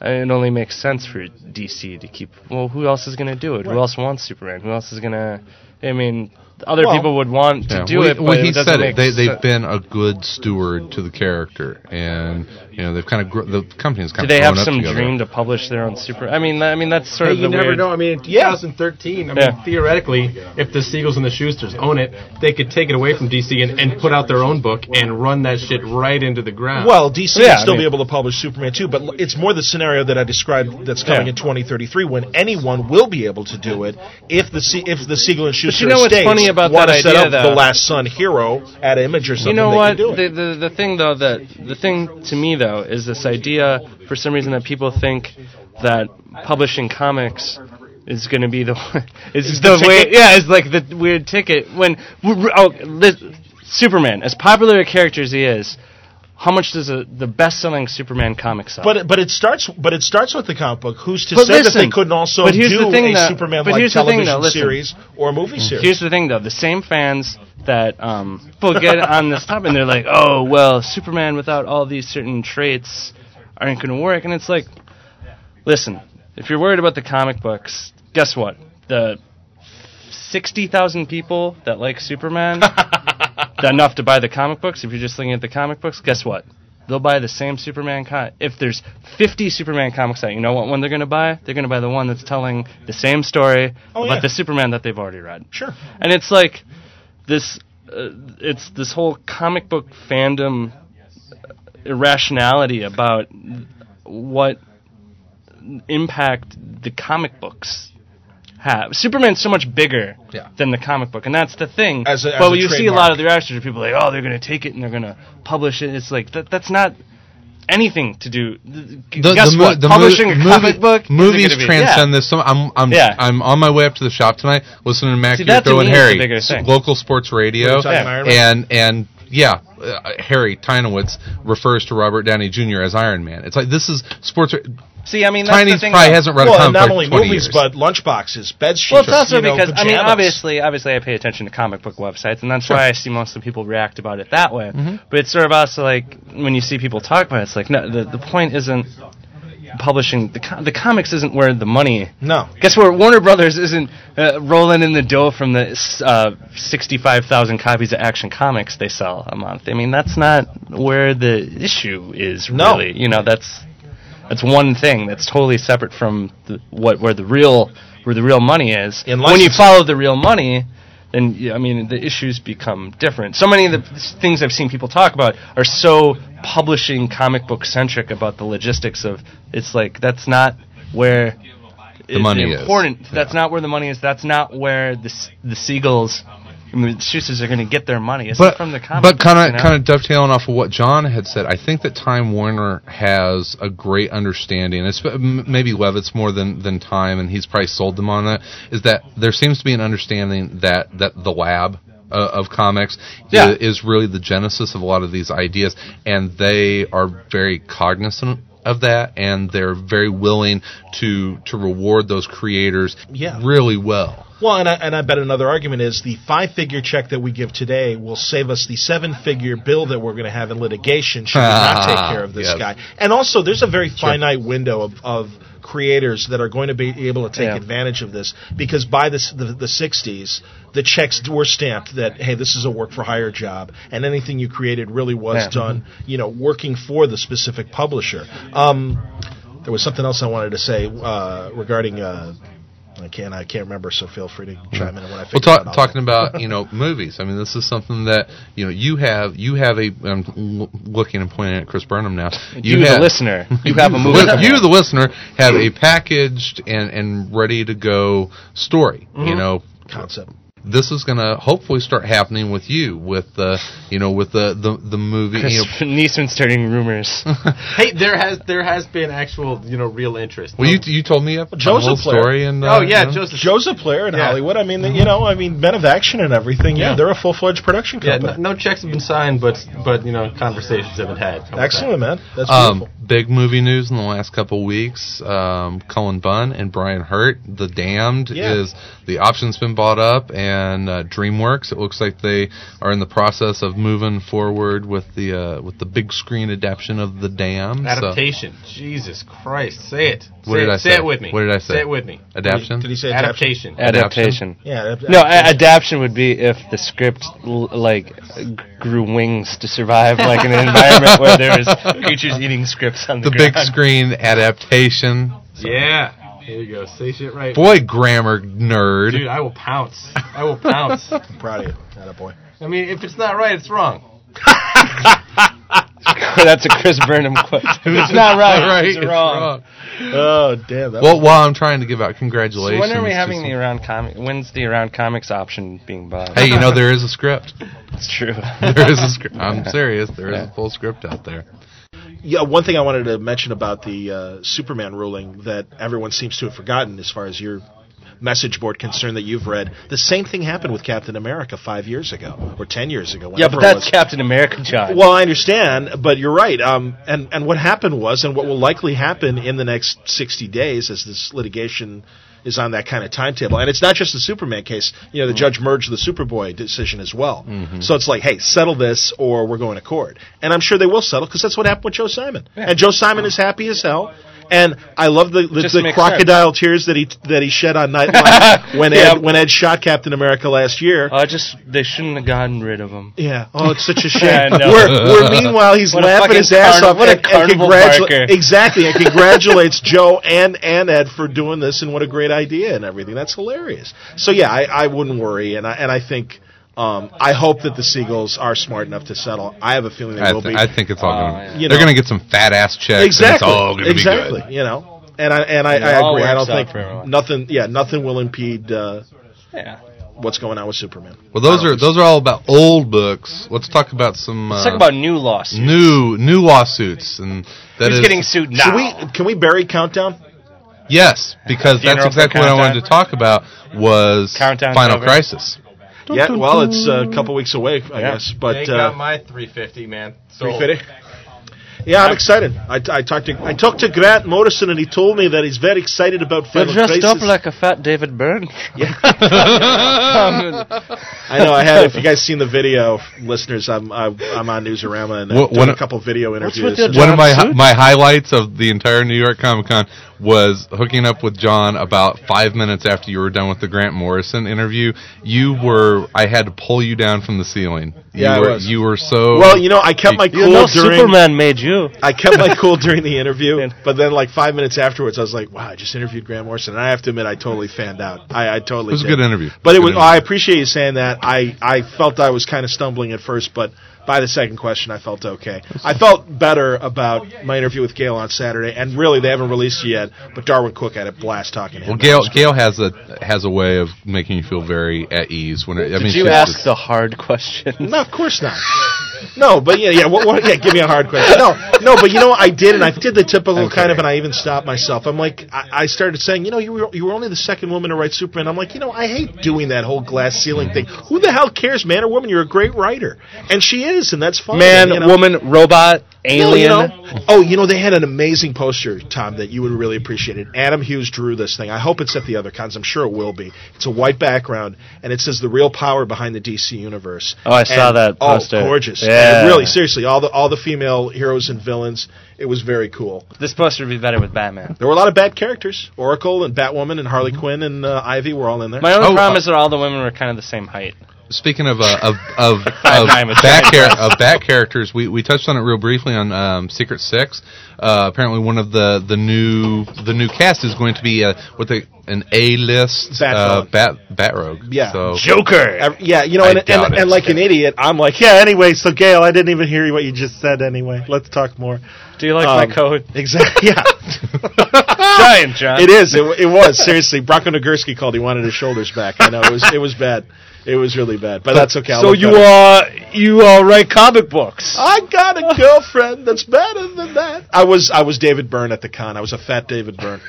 Speaker 2: it only makes sense for DC to keep well who else is going to do it? Who else wants Superman? Who else is going to I mean other
Speaker 3: Well-
Speaker 2: people would want to
Speaker 1: Yeah,
Speaker 2: do
Speaker 1: well,
Speaker 2: it but
Speaker 1: well, he
Speaker 2: it doesn't
Speaker 1: said
Speaker 2: make
Speaker 1: it. They,
Speaker 2: sen-
Speaker 1: they've been a good steward to the character, and you know they've kind of gr- the company's
Speaker 2: Do
Speaker 1: kind
Speaker 2: they
Speaker 1: of
Speaker 2: have
Speaker 1: grown up
Speaker 2: some
Speaker 1: together.
Speaker 2: dream to publish their own super? I mean, that, I mean that's sort
Speaker 4: Hey,
Speaker 2: of the
Speaker 4: you
Speaker 2: weird.
Speaker 4: never know. I mean, in
Speaker 3: Yeah.
Speaker 4: 2013, I
Speaker 2: Yeah.
Speaker 4: mean, theoretically, if the Seagulls and the Schusters own it, they could take it away from DC and, and put out their own book and run that shit right into the ground.
Speaker 3: Well, DC
Speaker 2: Yeah,
Speaker 3: would
Speaker 2: I
Speaker 3: still
Speaker 2: mean-
Speaker 3: be able to publish Superman too, but l- it's more the scenario that I described that's coming
Speaker 2: Yeah.
Speaker 3: in 2033 when anyone will be able to do it if the Se- if the Siegel and Schuster
Speaker 2: know what's
Speaker 3: estates
Speaker 2: funny about
Speaker 3: want
Speaker 2: that
Speaker 3: to set
Speaker 2: idea,
Speaker 3: up
Speaker 2: though?
Speaker 3: the Last Son hero at Image or something.
Speaker 2: You know
Speaker 3: they
Speaker 2: what?
Speaker 3: Can do
Speaker 2: The,
Speaker 3: it.
Speaker 2: the the thing though that the thing to me though is this idea for some reason that people think that publishing comics is going to be the *laughs* is the, way yeah is like the weird ticket when oh li- Superman as popular a character as he is. How much does a, the best-selling Superman comic sell?
Speaker 3: but but it starts but it starts with the comic book. Who's to
Speaker 2: But
Speaker 3: say that
Speaker 2: listen,
Speaker 3: they couldn't also
Speaker 2: but here's
Speaker 3: do
Speaker 2: the thing,
Speaker 3: a
Speaker 2: though-
Speaker 3: Superman
Speaker 2: but
Speaker 3: like
Speaker 2: here's the thing,
Speaker 3: television
Speaker 2: though, listen. Mm-hmm.
Speaker 3: series or a movie series?
Speaker 2: Here's the thing, though. The same fans that um, people get on this topic, and they're like, "Oh, well, Superman without all these certain traits aren't going to work." And it's like, listen, if you're worried about the comic books, guess what? The sixty thousand people that like
Speaker 3: *laughs*
Speaker 2: Superman, enough to buy the comic books. If you're just looking at the comic books, guess what? They'll buy the same Superman comic. If there's 50 Superman comics out, you know what one they're going to buy? They're going to buy the one that's telling the same story
Speaker 3: Oh,
Speaker 2: about
Speaker 3: yeah.
Speaker 2: the Superman that they've already read
Speaker 3: sure.
Speaker 2: and it's like this uh, it's this whole comic book fandom irrationality about what impact the comic books have. Superman's so much bigger
Speaker 1: Yeah.
Speaker 2: than the comic book, and that's the thing.
Speaker 3: As a- as
Speaker 2: but
Speaker 3: a
Speaker 2: you see a lot
Speaker 3: trademark.
Speaker 2: of the reactions of people like, "Oh, they're going to take it and they're going to publish it." It's like that, that's not anything to do.
Speaker 1: The,
Speaker 2: Guess
Speaker 1: the, mo-
Speaker 2: what?
Speaker 1: the
Speaker 2: Publishing
Speaker 1: mo-
Speaker 2: a comic book isn't
Speaker 1: movies
Speaker 2: gonna be-
Speaker 1: transcend
Speaker 2: yeah.
Speaker 1: this. So I'm I'm
Speaker 2: Yeah.
Speaker 1: I'm on my way up to the shop tonight, listening to Mac
Speaker 2: See, that to
Speaker 1: Yurko and
Speaker 2: me is the
Speaker 1: Harry,
Speaker 2: bigger
Speaker 1: s-
Speaker 2: thing.
Speaker 1: local sports radio,
Speaker 3: talking about Iron
Speaker 1: and and yeah, uh, Harry Tynowitz refers to Robert Downey Jr. as Iron Man. It's like this is sports.
Speaker 2: See, I mean, that's the
Speaker 1: Tiny's
Speaker 2: thing
Speaker 1: probably
Speaker 2: though.
Speaker 1: hasn't read a
Speaker 3: Well,
Speaker 1: comic
Speaker 3: and not
Speaker 1: book
Speaker 3: only
Speaker 1: in 20
Speaker 3: movies,
Speaker 1: years.
Speaker 3: but lunchboxes, bed sheets.
Speaker 2: Well, it's also
Speaker 3: you know,
Speaker 2: because I mean,
Speaker 3: pajamas.
Speaker 2: obviously, obviously, I pay attention to comic book websites, and that's why I see most of the people react about it that way.
Speaker 3: Mm-hmm.
Speaker 2: But it's sort of also like when you see people talk about it, it's like no, the the point isn't publishing the com- the comics isn't where the money.
Speaker 3: no.
Speaker 2: Guess where Warner Brothers isn't uh, rolling in the dough from the s- uh, sixty-five thousand copies of Action Comics they sell a month. I mean, that's not where the issue is.
Speaker 3: No.
Speaker 2: Really, you know, that's that's one thing that's totally separate from the, what where the real where the real money is.
Speaker 3: In
Speaker 2: when you
Speaker 3: licensing.
Speaker 2: follow the real money, then yeah, I mean the issues become different. So many of the s- things I've seen people talk about are so publishing comic book centric about the logistics of it's like that's not where the
Speaker 1: money is.
Speaker 2: important. That's not where the money is. That's not where the s- the seagulls. I mean, the Schuster's are going to get their money. It's not from the comic
Speaker 1: But kind
Speaker 2: you know?
Speaker 1: of kind of dovetailing off of what John had said, I think that Time Warner has a great understanding. It's m- maybe Levitz more than than Time, and he's probably sold them on that. Is that there seems to be an understanding that that the lab. Uh, of comics
Speaker 2: Yeah.
Speaker 1: i- is really the genesis of a lot of these ideas, and they are very cognizant of that, and they're very willing to to reward those creators
Speaker 3: Yeah.
Speaker 1: really well.
Speaker 3: Well, and I, and I bet another argument is the five figure check that we give today will save us the seven figure bill that we're going to have in litigation should we
Speaker 2: Ah,
Speaker 3: not take care of this
Speaker 1: Yes.
Speaker 3: guy. And also, there's a very finite window of, of creators that are going to be able to take
Speaker 2: Yeah.
Speaker 3: advantage of this because by this, the, the 60s, the checks were stamped that, hey, this is a work for hire job, and anything you created really was
Speaker 2: Yeah.
Speaker 3: done, you know, working for the specific publisher. Um, there was something else I wanted to say uh, regarding. Uh, I can't. I can't remember. So feel free to chime in when I.
Speaker 1: Well,
Speaker 3: figure
Speaker 1: talk,
Speaker 3: it out.
Speaker 1: talking about
Speaker 3: *laughs*
Speaker 1: you know movies. I mean, this is something that you know you have you have a. I'm l- looking and pointing at Chris Burnham now.
Speaker 2: You, the
Speaker 1: have,
Speaker 2: listener, you
Speaker 1: *laughs*
Speaker 2: have
Speaker 1: the
Speaker 2: a movie.
Speaker 1: lis-
Speaker 2: coming
Speaker 1: You,
Speaker 2: out.
Speaker 1: the listener, have a packaged and and ready to go story. You
Speaker 2: Mm-hmm.
Speaker 1: know.
Speaker 3: concept.
Speaker 1: This is going to hopefully start happening with you, with the, you know, with the the, the movie.
Speaker 2: Chris
Speaker 1: you know,
Speaker 2: *laughs* Neeson's starting
Speaker 1: *laughs*
Speaker 2: rumors.
Speaker 4: Hey, there has there has been actual you know real interest.
Speaker 1: well, you you told me a, a
Speaker 3: Joe's a
Speaker 1: whole
Speaker 3: player.
Speaker 1: story and uh,
Speaker 4: oh yeah,
Speaker 1: you know,
Speaker 4: Joseph.
Speaker 3: Joe's a player in
Speaker 4: Yeah.
Speaker 3: Hollywood. I mean, you know, I mean, Men of Action and everything. Yeah,
Speaker 4: Yeah.
Speaker 3: they're a full fledged production
Speaker 4: yeah,
Speaker 3: company.
Speaker 4: no, no checks have been signed, but but you know conversations have been had. How about
Speaker 3: Excellent, man. That's
Speaker 1: Um,
Speaker 3: beautiful.
Speaker 1: big movie news in the last couple weeks. Um, Cullen Bunn and Brian Hurt, The Damned,
Speaker 3: Yeah.
Speaker 1: is the option's been bought up, and uh, DreamWorks. It looks like they are in the process of moving forward with the uh, with the big screen adaptation of The Damned.
Speaker 4: that? Adaptation. Jesus Christ, say it.
Speaker 1: What
Speaker 4: say
Speaker 1: did
Speaker 4: it,
Speaker 1: I
Speaker 4: say?
Speaker 1: say?
Speaker 4: it with me.
Speaker 1: What did I say?
Speaker 4: Say it with me.
Speaker 1: So, adaption.
Speaker 3: Did he say adaptation?
Speaker 4: Adaptation.
Speaker 1: Adaptation.
Speaker 2: Adaptation.
Speaker 3: Yeah. ad-
Speaker 2: No, a- adaptation would be if the script l- like g- grew wings to survive like in an environment where there's *laughs* creatures eating scripts on the,
Speaker 1: The big
Speaker 2: ground.
Speaker 1: screen adaptation.
Speaker 4: Yeah. Here you go. Say shit right.
Speaker 1: Boy, grammar nerd.
Speaker 4: Dude, I will pounce. I
Speaker 1: *laughs*
Speaker 4: will pounce.
Speaker 3: I'm proud of you. That boy.
Speaker 4: I mean, if it's not right, it's wrong.
Speaker 2: *laughs* That's a Chris Burnham quote. *laughs* It's not right. It's
Speaker 1: it's
Speaker 2: wrong.
Speaker 1: wrong.
Speaker 3: Oh damn. That
Speaker 1: Well, while I'm trying to give out
Speaker 2: So
Speaker 1: congratulations.
Speaker 2: when are we
Speaker 1: to
Speaker 2: having
Speaker 1: some-
Speaker 2: the around comic? When's the around comics option being bought?
Speaker 1: Hey,
Speaker 3: *laughs*
Speaker 1: you know there is a script. *laughs*
Speaker 2: That's *laughs* true.
Speaker 1: There is a script. I'm serious. There is a full script out there.
Speaker 3: Yeah, one thing I wanted to mention about the uh, Superman ruling that everyone seems to have forgotten, as far as your message board concern that you've read, the same thing happened with Captain America five years ago or ten years ago.
Speaker 2: yeah,
Speaker 3: whenever
Speaker 2: but
Speaker 3: it
Speaker 2: that's
Speaker 3: was.
Speaker 2: Captain America, John.
Speaker 3: Well, I understand, but you're right. Um, and and what happened was, and what will likely happen in the next 60 days, as this litigation is on that kind of timetable, and it's not just the Superman case. You know,
Speaker 2: Mm-hmm.
Speaker 3: the judge merged the Superboy decision as well. So it's like, hey, settle this, or we're going to court. And I'm sure they will settle because that's what happened with Joe Simon. And Joe Simon is happy as hell. And I love the the,
Speaker 2: Just
Speaker 3: the
Speaker 2: makes
Speaker 3: crocodile tears that he that he shed on
Speaker 2: *laughs*
Speaker 3: Nightline when
Speaker 2: Yeah. Oh,
Speaker 3: Ed when Ed shot Captain America last year.
Speaker 2: I Uh, just they shouldn't have gotten rid of him.
Speaker 3: Yeah. Oh, it's
Speaker 2: *laughs*
Speaker 3: such
Speaker 2: Yeah,
Speaker 3: a shame.
Speaker 2: I know.
Speaker 3: we're, we're meanwhile he's
Speaker 2: What a
Speaker 3: laughing
Speaker 2: fucking
Speaker 3: his ass
Speaker 2: carni-
Speaker 3: off.
Speaker 2: what a
Speaker 3: and- and
Speaker 2: carnival *laughs*
Speaker 3: congratula-
Speaker 2: barker.
Speaker 3: Exactly, and congratulates Joe and and Ed for doing this and what a great idea and everything. That's hilarious. So yeah, I, I wouldn't worry, and I and I think. Um, I hope that the Seagulls are smart enough to settle. I have a feeling they
Speaker 1: I,
Speaker 3: will
Speaker 1: th-
Speaker 3: be.
Speaker 1: I think it's all gonna.
Speaker 2: Oh, yeah.
Speaker 1: They're
Speaker 3: You know.
Speaker 1: gonna get some fat ass checks. And it's
Speaker 3: exactly.
Speaker 1: all gonna
Speaker 3: exactly.
Speaker 1: be good.
Speaker 3: You know, and I and I,
Speaker 2: It
Speaker 3: I
Speaker 2: all
Speaker 3: agree. I don't
Speaker 2: works out for
Speaker 3: think
Speaker 2: everyone.
Speaker 3: nothing. Yeah, nothing will impede uh,
Speaker 2: Yeah.
Speaker 3: what's going on with Superman.
Speaker 1: Well, those
Speaker 3: I don't
Speaker 1: are those are all about old books. Let's talk about some.
Speaker 2: Let's
Speaker 1: uh,
Speaker 2: talk about new lawsuits.
Speaker 1: new new lawsuits and that
Speaker 2: Who's
Speaker 1: is-
Speaker 2: getting sued now?
Speaker 3: Should we? Can we bury countdown?
Speaker 1: yes because that's
Speaker 2: Funeral for
Speaker 1: exactly what I wanted
Speaker 2: Countdown?
Speaker 1: to talk about was
Speaker 2: Countdown's
Speaker 1: Final
Speaker 2: over.
Speaker 1: Crisis.
Speaker 3: Yeah. Well, it's uh, a couple weeks away, I
Speaker 2: Yeah.
Speaker 3: guess. But
Speaker 4: they
Speaker 3: uh,
Speaker 4: got my 350, man. So
Speaker 3: Yeah, I'm excited. I, I talked to I talked to Grant Morrison and he told me that he's very excited about
Speaker 2: You're
Speaker 3: Final
Speaker 2: dressed
Speaker 3: Crisis.
Speaker 2: up like a fat David Byrne. *laughs* Um,
Speaker 3: I know I have.
Speaker 2: *laughs*
Speaker 3: If you guys seen the video, listeners, I'm I, I'm on Newsarama and
Speaker 1: What-
Speaker 3: I've done
Speaker 1: what-
Speaker 3: a couple video interviews.
Speaker 2: with your
Speaker 3: and-
Speaker 1: One of my hi-
Speaker 2: suits?
Speaker 1: my highlights of the entire New York Comic Con was hooking up with John about five minutes after you were done with the Grant Morrison interview. You were I had to pull you down from the ceiling. you
Speaker 3: Yeah, I
Speaker 1: were,
Speaker 3: was.
Speaker 1: You were so
Speaker 3: Well, you know, I kept my
Speaker 2: You
Speaker 3: cool
Speaker 2: know,
Speaker 3: during.
Speaker 2: Superman made you.
Speaker 3: I kept my
Speaker 2: *laughs*
Speaker 3: cool during the interview,
Speaker 2: Man.
Speaker 3: but then like five minutes afterwards, I was like, "Wow, I just interviewed Grant Morrison," and I have to admit, I totally fanned out. I, I totally
Speaker 1: It was a
Speaker 3: did.
Speaker 1: good interview.
Speaker 3: But it
Speaker 1: Good
Speaker 3: was.
Speaker 1: interview.
Speaker 3: I appreciate you saying that. I I felt I was kind of stumbling at first, but by the second question, I felt okay. I felt better about my interview with Gail on Saturday, and really, they haven't released it yet. But Darwin Cook had a blast talking. to him.
Speaker 1: Well, Gail, Gail has a has a way of making you feel very at ease when it, I mean
Speaker 2: Did you
Speaker 1: she's
Speaker 2: ask
Speaker 1: just-
Speaker 2: the hard questions?
Speaker 3: No, of course not. No, but yeah, yeah, what, what, yeah. Give me a hard question. No, no, but you know, what I did, and I did the typical kind of, and I even stopped myself. I'm like, I, I started saying, you know, you were you were only the second woman to write Superman. I'm like, you know, I hate doing that whole glass ceiling thing. Who the hell cares, man or woman? You're a great writer, and she is, and that's fine.
Speaker 2: Man,
Speaker 3: you know?
Speaker 2: woman, robot,
Speaker 3: No,
Speaker 2: alien.
Speaker 3: you know, oh, you know, they had an amazing poster, Tom, that you would really appreciate it. Adam Hughes drew this thing. I hope it's at the other cons. I'm sure it will be. It's a white background, and it says the real power behind the DC universe.
Speaker 2: Oh, I saw
Speaker 3: And-
Speaker 2: that poster.
Speaker 3: Oh, gorgeous.
Speaker 2: Yeah.
Speaker 3: And really, seriously, all the all the female heroes and villains. It was very cool.
Speaker 2: This poster would be better with Batman.
Speaker 3: There were a lot of bad characters. Oracle and Batwoman and Harley Quinn and uh, Ivy were all in there.
Speaker 2: Mm-hmm. My only
Speaker 1: Oh,
Speaker 2: problem
Speaker 1: uh,
Speaker 2: is that all the women were kind of the same height.
Speaker 1: Speaking of uh, of of,
Speaker 2: Five
Speaker 1: of
Speaker 2: diamonds.
Speaker 1: bat char- of bat characters, we, we touched on it real briefly on um, Secret Six. Uh, apparently, one of the, the new the new cast is going to be uh, what they an A list
Speaker 3: Bat
Speaker 1: uh,
Speaker 3: villain.
Speaker 1: bat bat rogue.
Speaker 3: Yeah.
Speaker 1: So
Speaker 2: Joker.
Speaker 3: Ev- yeah, you know,
Speaker 1: I
Speaker 3: and,
Speaker 1: doubt
Speaker 3: and,
Speaker 1: it.
Speaker 3: and like an idiot, I'm like, yeah. Anyway, so Gail, I didn't even hear what you just said. Anyway, let's talk more.
Speaker 2: Do you like
Speaker 3: Um,
Speaker 2: my coat?
Speaker 3: Exactly. Yeah.
Speaker 2: *laughs* Giant, John.
Speaker 3: It is. It, w- it was seriously. Brocco Nagurski called. He wanted his shoulders back. I know it was. It was bad. It was really bad. But that's okay. I'll
Speaker 2: So
Speaker 3: look Oh,
Speaker 2: you
Speaker 3: better.
Speaker 2: uh you uh, write comic books.
Speaker 3: I got a girlfriend that's better than that. I was. I was David Byrne at the con. I was a fat David
Speaker 2: *laughs*
Speaker 3: Byrne.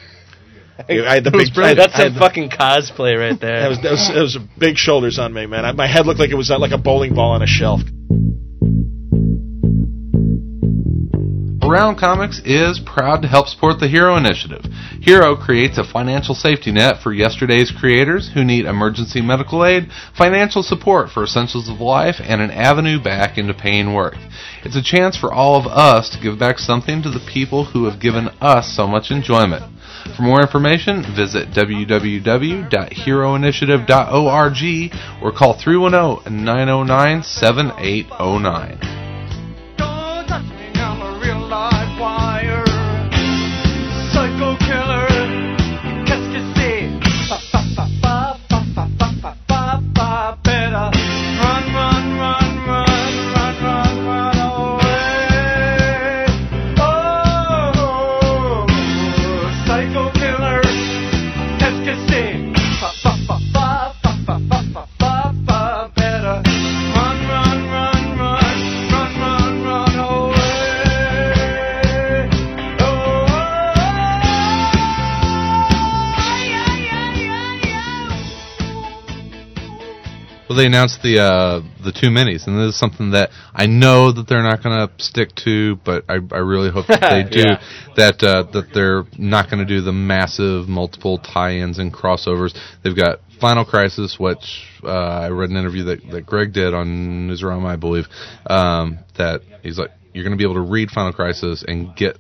Speaker 3: I had the big. I had-
Speaker 2: That's
Speaker 3: I had
Speaker 2: that *laughs* fucking cosplay right there.
Speaker 3: That was, that was, that was big shoulders on me, man. I, my head looked like it was uh, like a bowling ball on a shelf.
Speaker 1: Brown Comics is proud to help support the Hero Initiative. Hero creates a financial safety net for yesterday's creators who need emergency medical aid, financial support for essentials of life, and an avenue back into paying work. It's a chance for all of us to give back something to the people who have given us so much enjoyment. For more information, visit www.heroinitiative.org or call 310 909 7809.
Speaker 6: Oh.
Speaker 1: Well, they announced the uh, the two minis, and this is something that I know that they're not going to stick to, but I, I really hope that
Speaker 2: *laughs*
Speaker 1: they do.
Speaker 2: Yeah.
Speaker 1: That uh, that they're not going to do the massive multiple tie-ins and crossovers. They've got Final Crisis, which uh, I read an interview that, that Greg did on Newsarama, I believe, um, that he's like, you're going to be able to read Final Crisis and get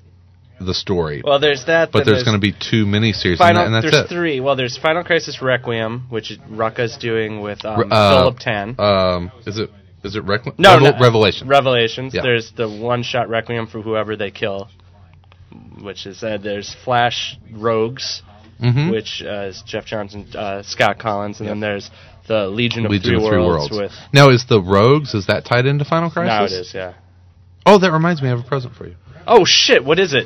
Speaker 1: the story,
Speaker 2: well, there's that.
Speaker 1: but
Speaker 2: then
Speaker 1: there's going to be two miniseries,
Speaker 2: Final,
Speaker 1: and, that, and
Speaker 2: there's
Speaker 1: that's it.
Speaker 2: three. Well, there's Final Crisis Requiem, which Rucka's doing with um,
Speaker 1: Uh,
Speaker 2: Philip Tan.
Speaker 1: Um, is it is it Requ-
Speaker 2: no,
Speaker 1: Revel-
Speaker 2: no,
Speaker 1: Revelation?
Speaker 2: Revelations.
Speaker 1: Yeah.
Speaker 2: There's the one-shot Requiem for whoever they kill, which is uh, there's Flash Rogues,
Speaker 3: Hmm?
Speaker 1: Mhm.
Speaker 2: which uh, is Jeff Johnson, uh, Scott Collins, and then there's the Legion of,
Speaker 1: Legion
Speaker 2: Three,
Speaker 1: of Three
Speaker 2: Worlds,
Speaker 1: Worlds.
Speaker 2: with
Speaker 1: Now, is the Rogues is that tied into Final Crisis?
Speaker 2: now it is yeah.
Speaker 1: Oh, that reminds me, I have a present for you.
Speaker 2: Oh shit! What is it?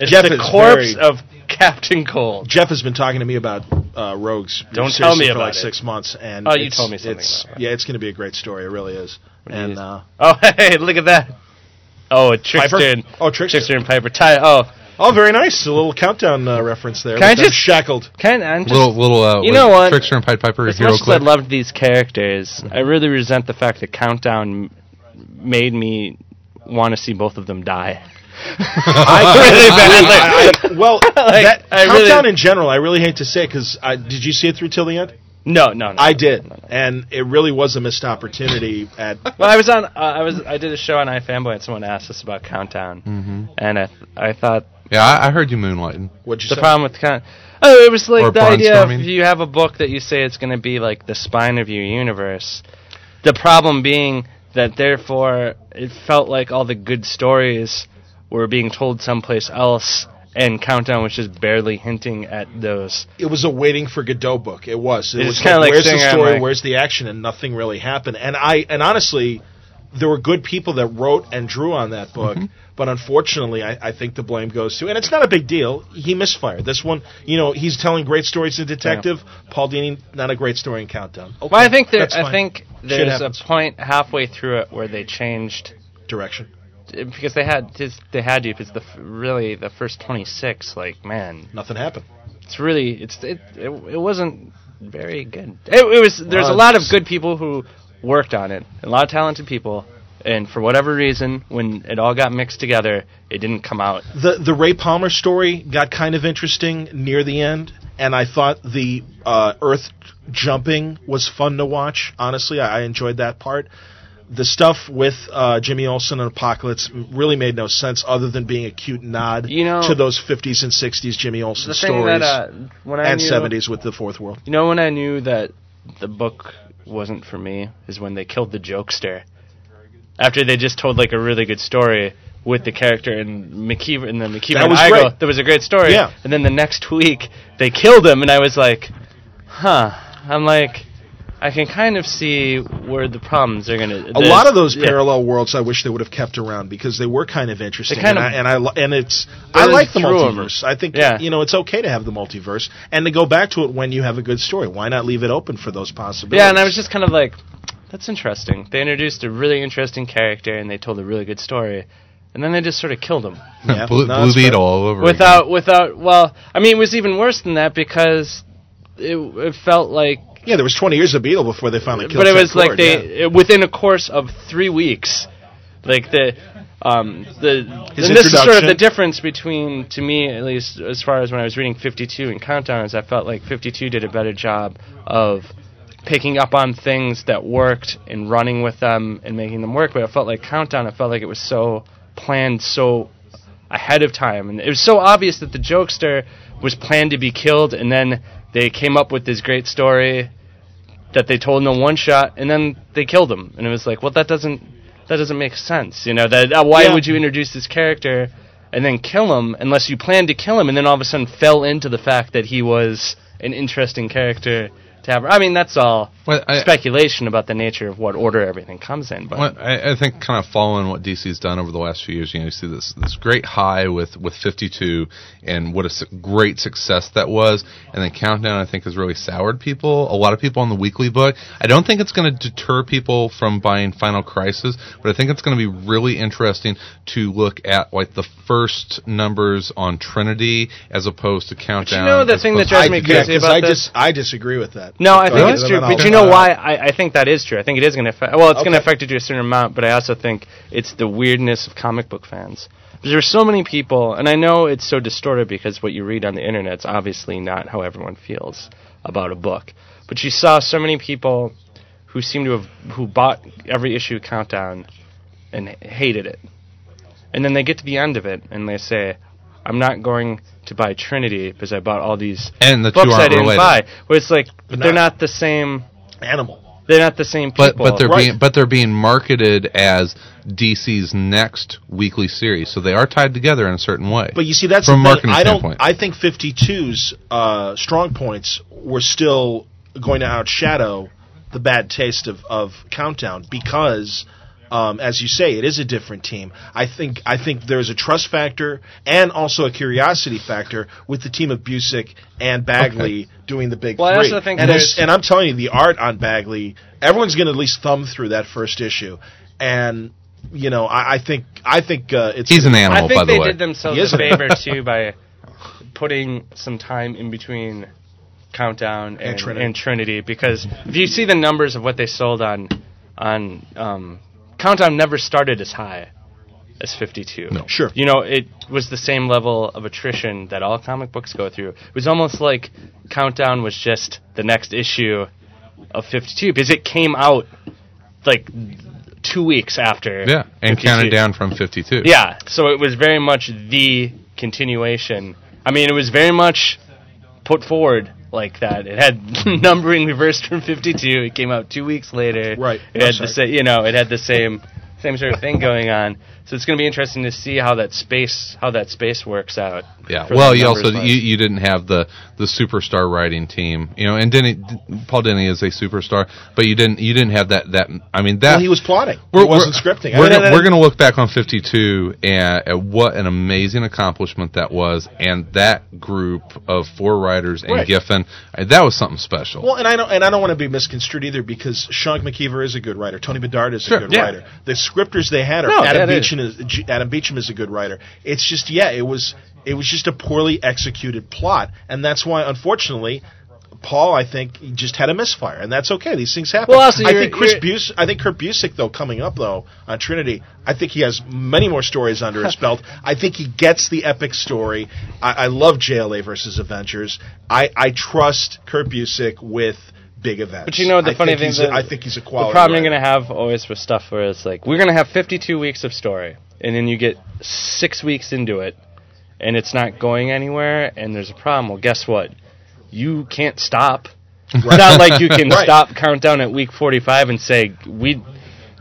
Speaker 2: It's
Speaker 3: Jeff
Speaker 2: the
Speaker 3: is
Speaker 2: corpse
Speaker 3: very-
Speaker 2: of Captain Cold.
Speaker 3: Jeff has been talking to me about uh, Rogues.
Speaker 2: Don't
Speaker 3: seriously
Speaker 2: tell me
Speaker 3: for
Speaker 2: about
Speaker 3: like
Speaker 2: it.
Speaker 3: six months. And
Speaker 2: Oh, you
Speaker 3: it's-
Speaker 2: told me something
Speaker 3: It's,
Speaker 2: about it.
Speaker 3: yeah, it's going to be a great story. It really is.
Speaker 2: is.
Speaker 3: And uh,
Speaker 2: Oh *laughs* hey, look at that! Oh, a trickster
Speaker 3: Piper?
Speaker 2: and
Speaker 3: Oh, Trickster.
Speaker 2: trickster and Piper. Ty, oh,
Speaker 3: oh, very nice. A little countdown uh, reference there.
Speaker 2: Can I
Speaker 3: with them
Speaker 2: just- *laughs*
Speaker 3: shackled?
Speaker 2: kind of. I'm just
Speaker 1: little little uh,
Speaker 2: you know what?
Speaker 1: Trickster and Pied Piper
Speaker 2: as
Speaker 1: hero
Speaker 2: much as I
Speaker 1: clip.
Speaker 2: loved these characters, I really resent the fact that Countdown m- made me want to see both of them die. *laughs*
Speaker 3: *laughs*
Speaker 2: really
Speaker 3: I-
Speaker 2: badly.
Speaker 3: I- I- well,
Speaker 2: *laughs* Like,
Speaker 3: that
Speaker 2: I really-
Speaker 3: countdown in general, I really hate to say because did you see it through till the end?
Speaker 2: No, no, no.
Speaker 3: I did, and it really was a missed opportunity. At
Speaker 2: Well, I was on. Uh, I was. I did a show on iFanboy, and someone asked us about Countdown,
Speaker 1: Mm-hmm.
Speaker 2: and I, th- I thought
Speaker 1: yeah, I, I heard you moonlighting. *laughs*
Speaker 3: what'd you
Speaker 2: the
Speaker 3: say?
Speaker 2: problem with kind oh, it was like
Speaker 1: Or
Speaker 2: the idea of
Speaker 1: brainstorming.
Speaker 2: you have a book that you say it's going to be like the spine of your universe. The problem being that therefore it felt like all the good stories were being told someplace else, and Countdown was just barely hinting at those.
Speaker 3: it was a waiting for Godot book. It was. It
Speaker 2: It's
Speaker 3: was
Speaker 2: kinda like
Speaker 3: where's the
Speaker 2: sitting around
Speaker 3: story,
Speaker 2: like-
Speaker 3: where's the action, and nothing really happened. And I and honestly, there were good people that wrote and drew on that book,
Speaker 2: Mm-hmm.
Speaker 3: but unfortunately, I, I think the blame goes to. And it's not a big deal. He misfired. This one, you know, he's telling great stories in Detective. Paul Dini, not a great story in Countdown. Okay,
Speaker 2: Well, I think there,
Speaker 3: that's
Speaker 2: I
Speaker 3: fine.
Speaker 2: think
Speaker 3: Shit
Speaker 2: there's a
Speaker 3: happens.
Speaker 2: point halfway through it where they changed
Speaker 3: direction.
Speaker 2: because they had just, they had you because the f- really the first 26 like man
Speaker 3: Nothing happened.
Speaker 2: it's really it's it it, it wasn't very good. It, it was there's
Speaker 3: Well,
Speaker 2: a lot of
Speaker 3: it's-
Speaker 2: good people who worked on it, a lot of talented people, and for whatever reason, when it all got mixed together, it didn't come out.
Speaker 3: the the Ray Palmer story got kind of interesting near the end, and I thought the uh, Earth jumping was fun to watch. Honestly, I, I enjoyed that part. The stuff with uh, Jimmy Olsen and Apocalypse really made no sense, other than being a cute nod
Speaker 2: You know-
Speaker 3: to those '50s and '60s Jimmy Olsen
Speaker 2: The thing
Speaker 3: stories
Speaker 2: that uh, when I
Speaker 3: and
Speaker 2: knew,
Speaker 3: '70s with the Fourth World.
Speaker 2: you know, when I knew that the book wasn't for me is when they killed the jokester. After they just told like a really good story with the character and McKeever and then McKeever
Speaker 3: That
Speaker 2: and
Speaker 3: was
Speaker 2: Igo,
Speaker 3: great.
Speaker 2: there was a great story.
Speaker 3: Yeah.
Speaker 2: And then the next week they killed him, and I was like, huh. I'm like, I can kind of see where the problems are gonna.
Speaker 3: a lot of those
Speaker 2: yeah.
Speaker 3: parallel worlds I wish they would have kept around because they were kind of interesting.
Speaker 2: They kind
Speaker 3: and,
Speaker 2: of-
Speaker 3: I, and I li- and it's I
Speaker 2: Burn
Speaker 3: like the
Speaker 2: through 'em.
Speaker 3: multiverse. I think
Speaker 2: Yeah.
Speaker 3: you know it's okay to have the multiverse and to go back to it when you have a good story. Why not leave it open for those possibilities?
Speaker 2: Yeah, and I was just kind of like, that's interesting. They introduced a really interesting character and they told a really good story, and then they just sort of killed him.
Speaker 3: Yeah,
Speaker 1: Blue, Blue
Speaker 3: no, that's fair.
Speaker 1: Beetle all over
Speaker 2: without without well i mean it was even worse than that because it, it felt like
Speaker 3: yeah, there was twenty years of Beetle before they finally killed.
Speaker 2: but it
Speaker 3: Ted
Speaker 2: was like
Speaker 3: Kord, yeah.
Speaker 2: they within a course of three weeks like the um the
Speaker 3: His
Speaker 2: and this is sort of
Speaker 3: introduction.
Speaker 2: the difference between to me at least as far as when i was reading 52 and countdown is i felt like 52 did a better job of picking up on things that worked and running with them and making them work but it felt like countdown it felt like it was so planned so ahead of time and it was so obvious that the jokester was planned to be killed and then they came up with this great story that they told in the one shot, and then they killed him. And it was like, well, that doesn't that doesn't make sense. You know, that uh, why
Speaker 3: Yeah.
Speaker 2: would you introduce this character and then kill him unless you planned to kill him, and then all of a sudden fell into the fact that he was an interesting character to have. I mean, that's all
Speaker 1: Well, I-
Speaker 2: speculation about the nature of what order everything comes in. But
Speaker 1: Well, I, I think kind of following what DC's done over the last few years, you know, you see this this great high with with 52 and what a su- great success that was, and then Countdown I think has really soured people. A lot of people on the weekly book. I don't think it's going to deter people from buying Final Crisis, but I think it's going to be really interesting to look at like the first numbers on Trinity as opposed to Countdown.
Speaker 2: know the
Speaker 1: as
Speaker 2: thing that
Speaker 1: opposed-
Speaker 2: drives
Speaker 3: I,
Speaker 2: me
Speaker 3: yeah,
Speaker 2: crazy
Speaker 3: 'cause
Speaker 2: about
Speaker 3: I
Speaker 2: this?
Speaker 3: Dis- I disagree with that.
Speaker 2: No, I
Speaker 3: Go
Speaker 2: think
Speaker 3: ahead,
Speaker 2: it's
Speaker 3: and
Speaker 2: true.
Speaker 3: then I'll-
Speaker 2: But you know why? I, I think that is true. I think it is going to affect. Well, it's going to
Speaker 3: Okay.
Speaker 2: affect it to a certain amount, but I also think it's the weirdness of comic book fans. There are so many people, and I know it's so distorted because what you read on the internet's obviously not how everyone feels about a book. But you saw so many people who seem to have who bought every issue of countdown and hated it, and then they get to the end of it and they say, "I'm not going." To buy Trinity because I bought all these
Speaker 1: And the two
Speaker 2: books I
Speaker 1: aren't
Speaker 2: didn't
Speaker 1: related.
Speaker 2: buy. Where it's like, but they're
Speaker 3: not.
Speaker 2: not the same.
Speaker 3: Animal.
Speaker 2: They're not the same people.
Speaker 1: But but they're
Speaker 3: Right.
Speaker 1: being but they're being marketed as DC's next weekly series, so they are tied together in a certain way.
Speaker 3: But you see, that's
Speaker 1: From a
Speaker 3: the thing.
Speaker 1: marketing
Speaker 3: I don't.
Speaker 1: standpoint.
Speaker 3: I think 52's uh, strong points were still going to outshadow the bad taste of, of Countdown because, um, as you say, it is a different team. I think. I think there's a trust factor and also a curiosity factor with the team of Busick and Bagley doing the big
Speaker 2: Well, I
Speaker 3: three.
Speaker 2: also think
Speaker 3: and,
Speaker 2: there's-
Speaker 3: there's- and I'm telling you, the art on Bagley, everyone's going to at least thumb through that first issue, and. You know, I, I think I think uh, it's
Speaker 1: He's an animal,
Speaker 2: I think
Speaker 1: by the
Speaker 2: they
Speaker 1: way.
Speaker 2: did
Speaker 3: He
Speaker 2: themselves
Speaker 3: is
Speaker 2: a
Speaker 3: a-
Speaker 2: favor too by putting some time in between Countdown and, and, Trinity.
Speaker 3: Trinity.
Speaker 2: because if you see the numbers of what they sold on on um, Countdown never started as high as 52.
Speaker 1: No.
Speaker 3: Sure.
Speaker 2: You know, it was the same level of attrition that all comic books go through. It was almost like Countdown was just the next issue of 52 because it came out like 2 weeks after
Speaker 1: Yeah, and
Speaker 2: 52.
Speaker 1: counted down from 52.
Speaker 2: Yeah, so it was very much the continuation. I mean, it was very much put forward like that. It had *laughs* numbering reversed from 52. It came out two weeks later.
Speaker 3: Right.
Speaker 2: It
Speaker 3: I'm
Speaker 2: had
Speaker 3: sorry.
Speaker 2: the same, you know, it had the same same sort of thing going on. So it's going to be interesting to see how that space how that space works out.
Speaker 1: Yeah.
Speaker 2: for
Speaker 1: Well,
Speaker 2: the
Speaker 1: you
Speaker 2: numbers
Speaker 1: also
Speaker 2: wise.
Speaker 1: you, you didn't have the the superstar writing team, you know. And Denny, D- Paul Denny is a superstar, but you didn't you didn't have that that. I mean that
Speaker 3: Well, he was plotting.
Speaker 1: *laughs* we're-
Speaker 3: he wasn't
Speaker 1: we're-
Speaker 3: scripting. I
Speaker 1: We're,
Speaker 3: don't
Speaker 1: gonna,
Speaker 3: know.
Speaker 1: we're gonna look back on 52 and at what an amazing accomplishment that was, and that group of four writers and
Speaker 3: Right.
Speaker 1: Giffen, uh, that was something special. *laughs*
Speaker 3: Well, and I don't and I don't want to be misconstrued either because Sean McKeever is a good writer. Tony Bedard is
Speaker 1: Sure,
Speaker 3: a good
Speaker 1: yeah.
Speaker 3: writer. The scripters they had are
Speaker 2: No, that
Speaker 3: Adam
Speaker 2: is-
Speaker 3: Beecham is G- Adam Beecham is a good writer. It's just yeah, it was it was just a poorly executed plot, and that's why unfortunately. Paul, I think, he just had a misfire, and that's okay. These things happen.
Speaker 2: Well, also,
Speaker 3: I
Speaker 2: you're-
Speaker 3: think Chris
Speaker 2: you're-
Speaker 3: Bus- I think Kurt Busick, though, coming up though on Trinity, I think he has many more stories
Speaker 2: *laughs*
Speaker 3: under his belt. I think he gets the epic story. I, I love JLA versus Avengers. I, I trust Kurt Busick with big events.
Speaker 2: But you know the
Speaker 3: I
Speaker 2: funny
Speaker 3: think
Speaker 2: thing
Speaker 3: he's
Speaker 2: is
Speaker 3: a- I think he's a quality.
Speaker 2: The problem you're
Speaker 3: writer.
Speaker 2: going to have always with stuff where it's like we're going to have 52 weeks of story, and then you get six weeks into it, and it's not going anywhere, and there's a problem. Well, guess what? You can't stop. It's not like you can
Speaker 3: *laughs* Right.
Speaker 2: stop countdown at week 45 and say we.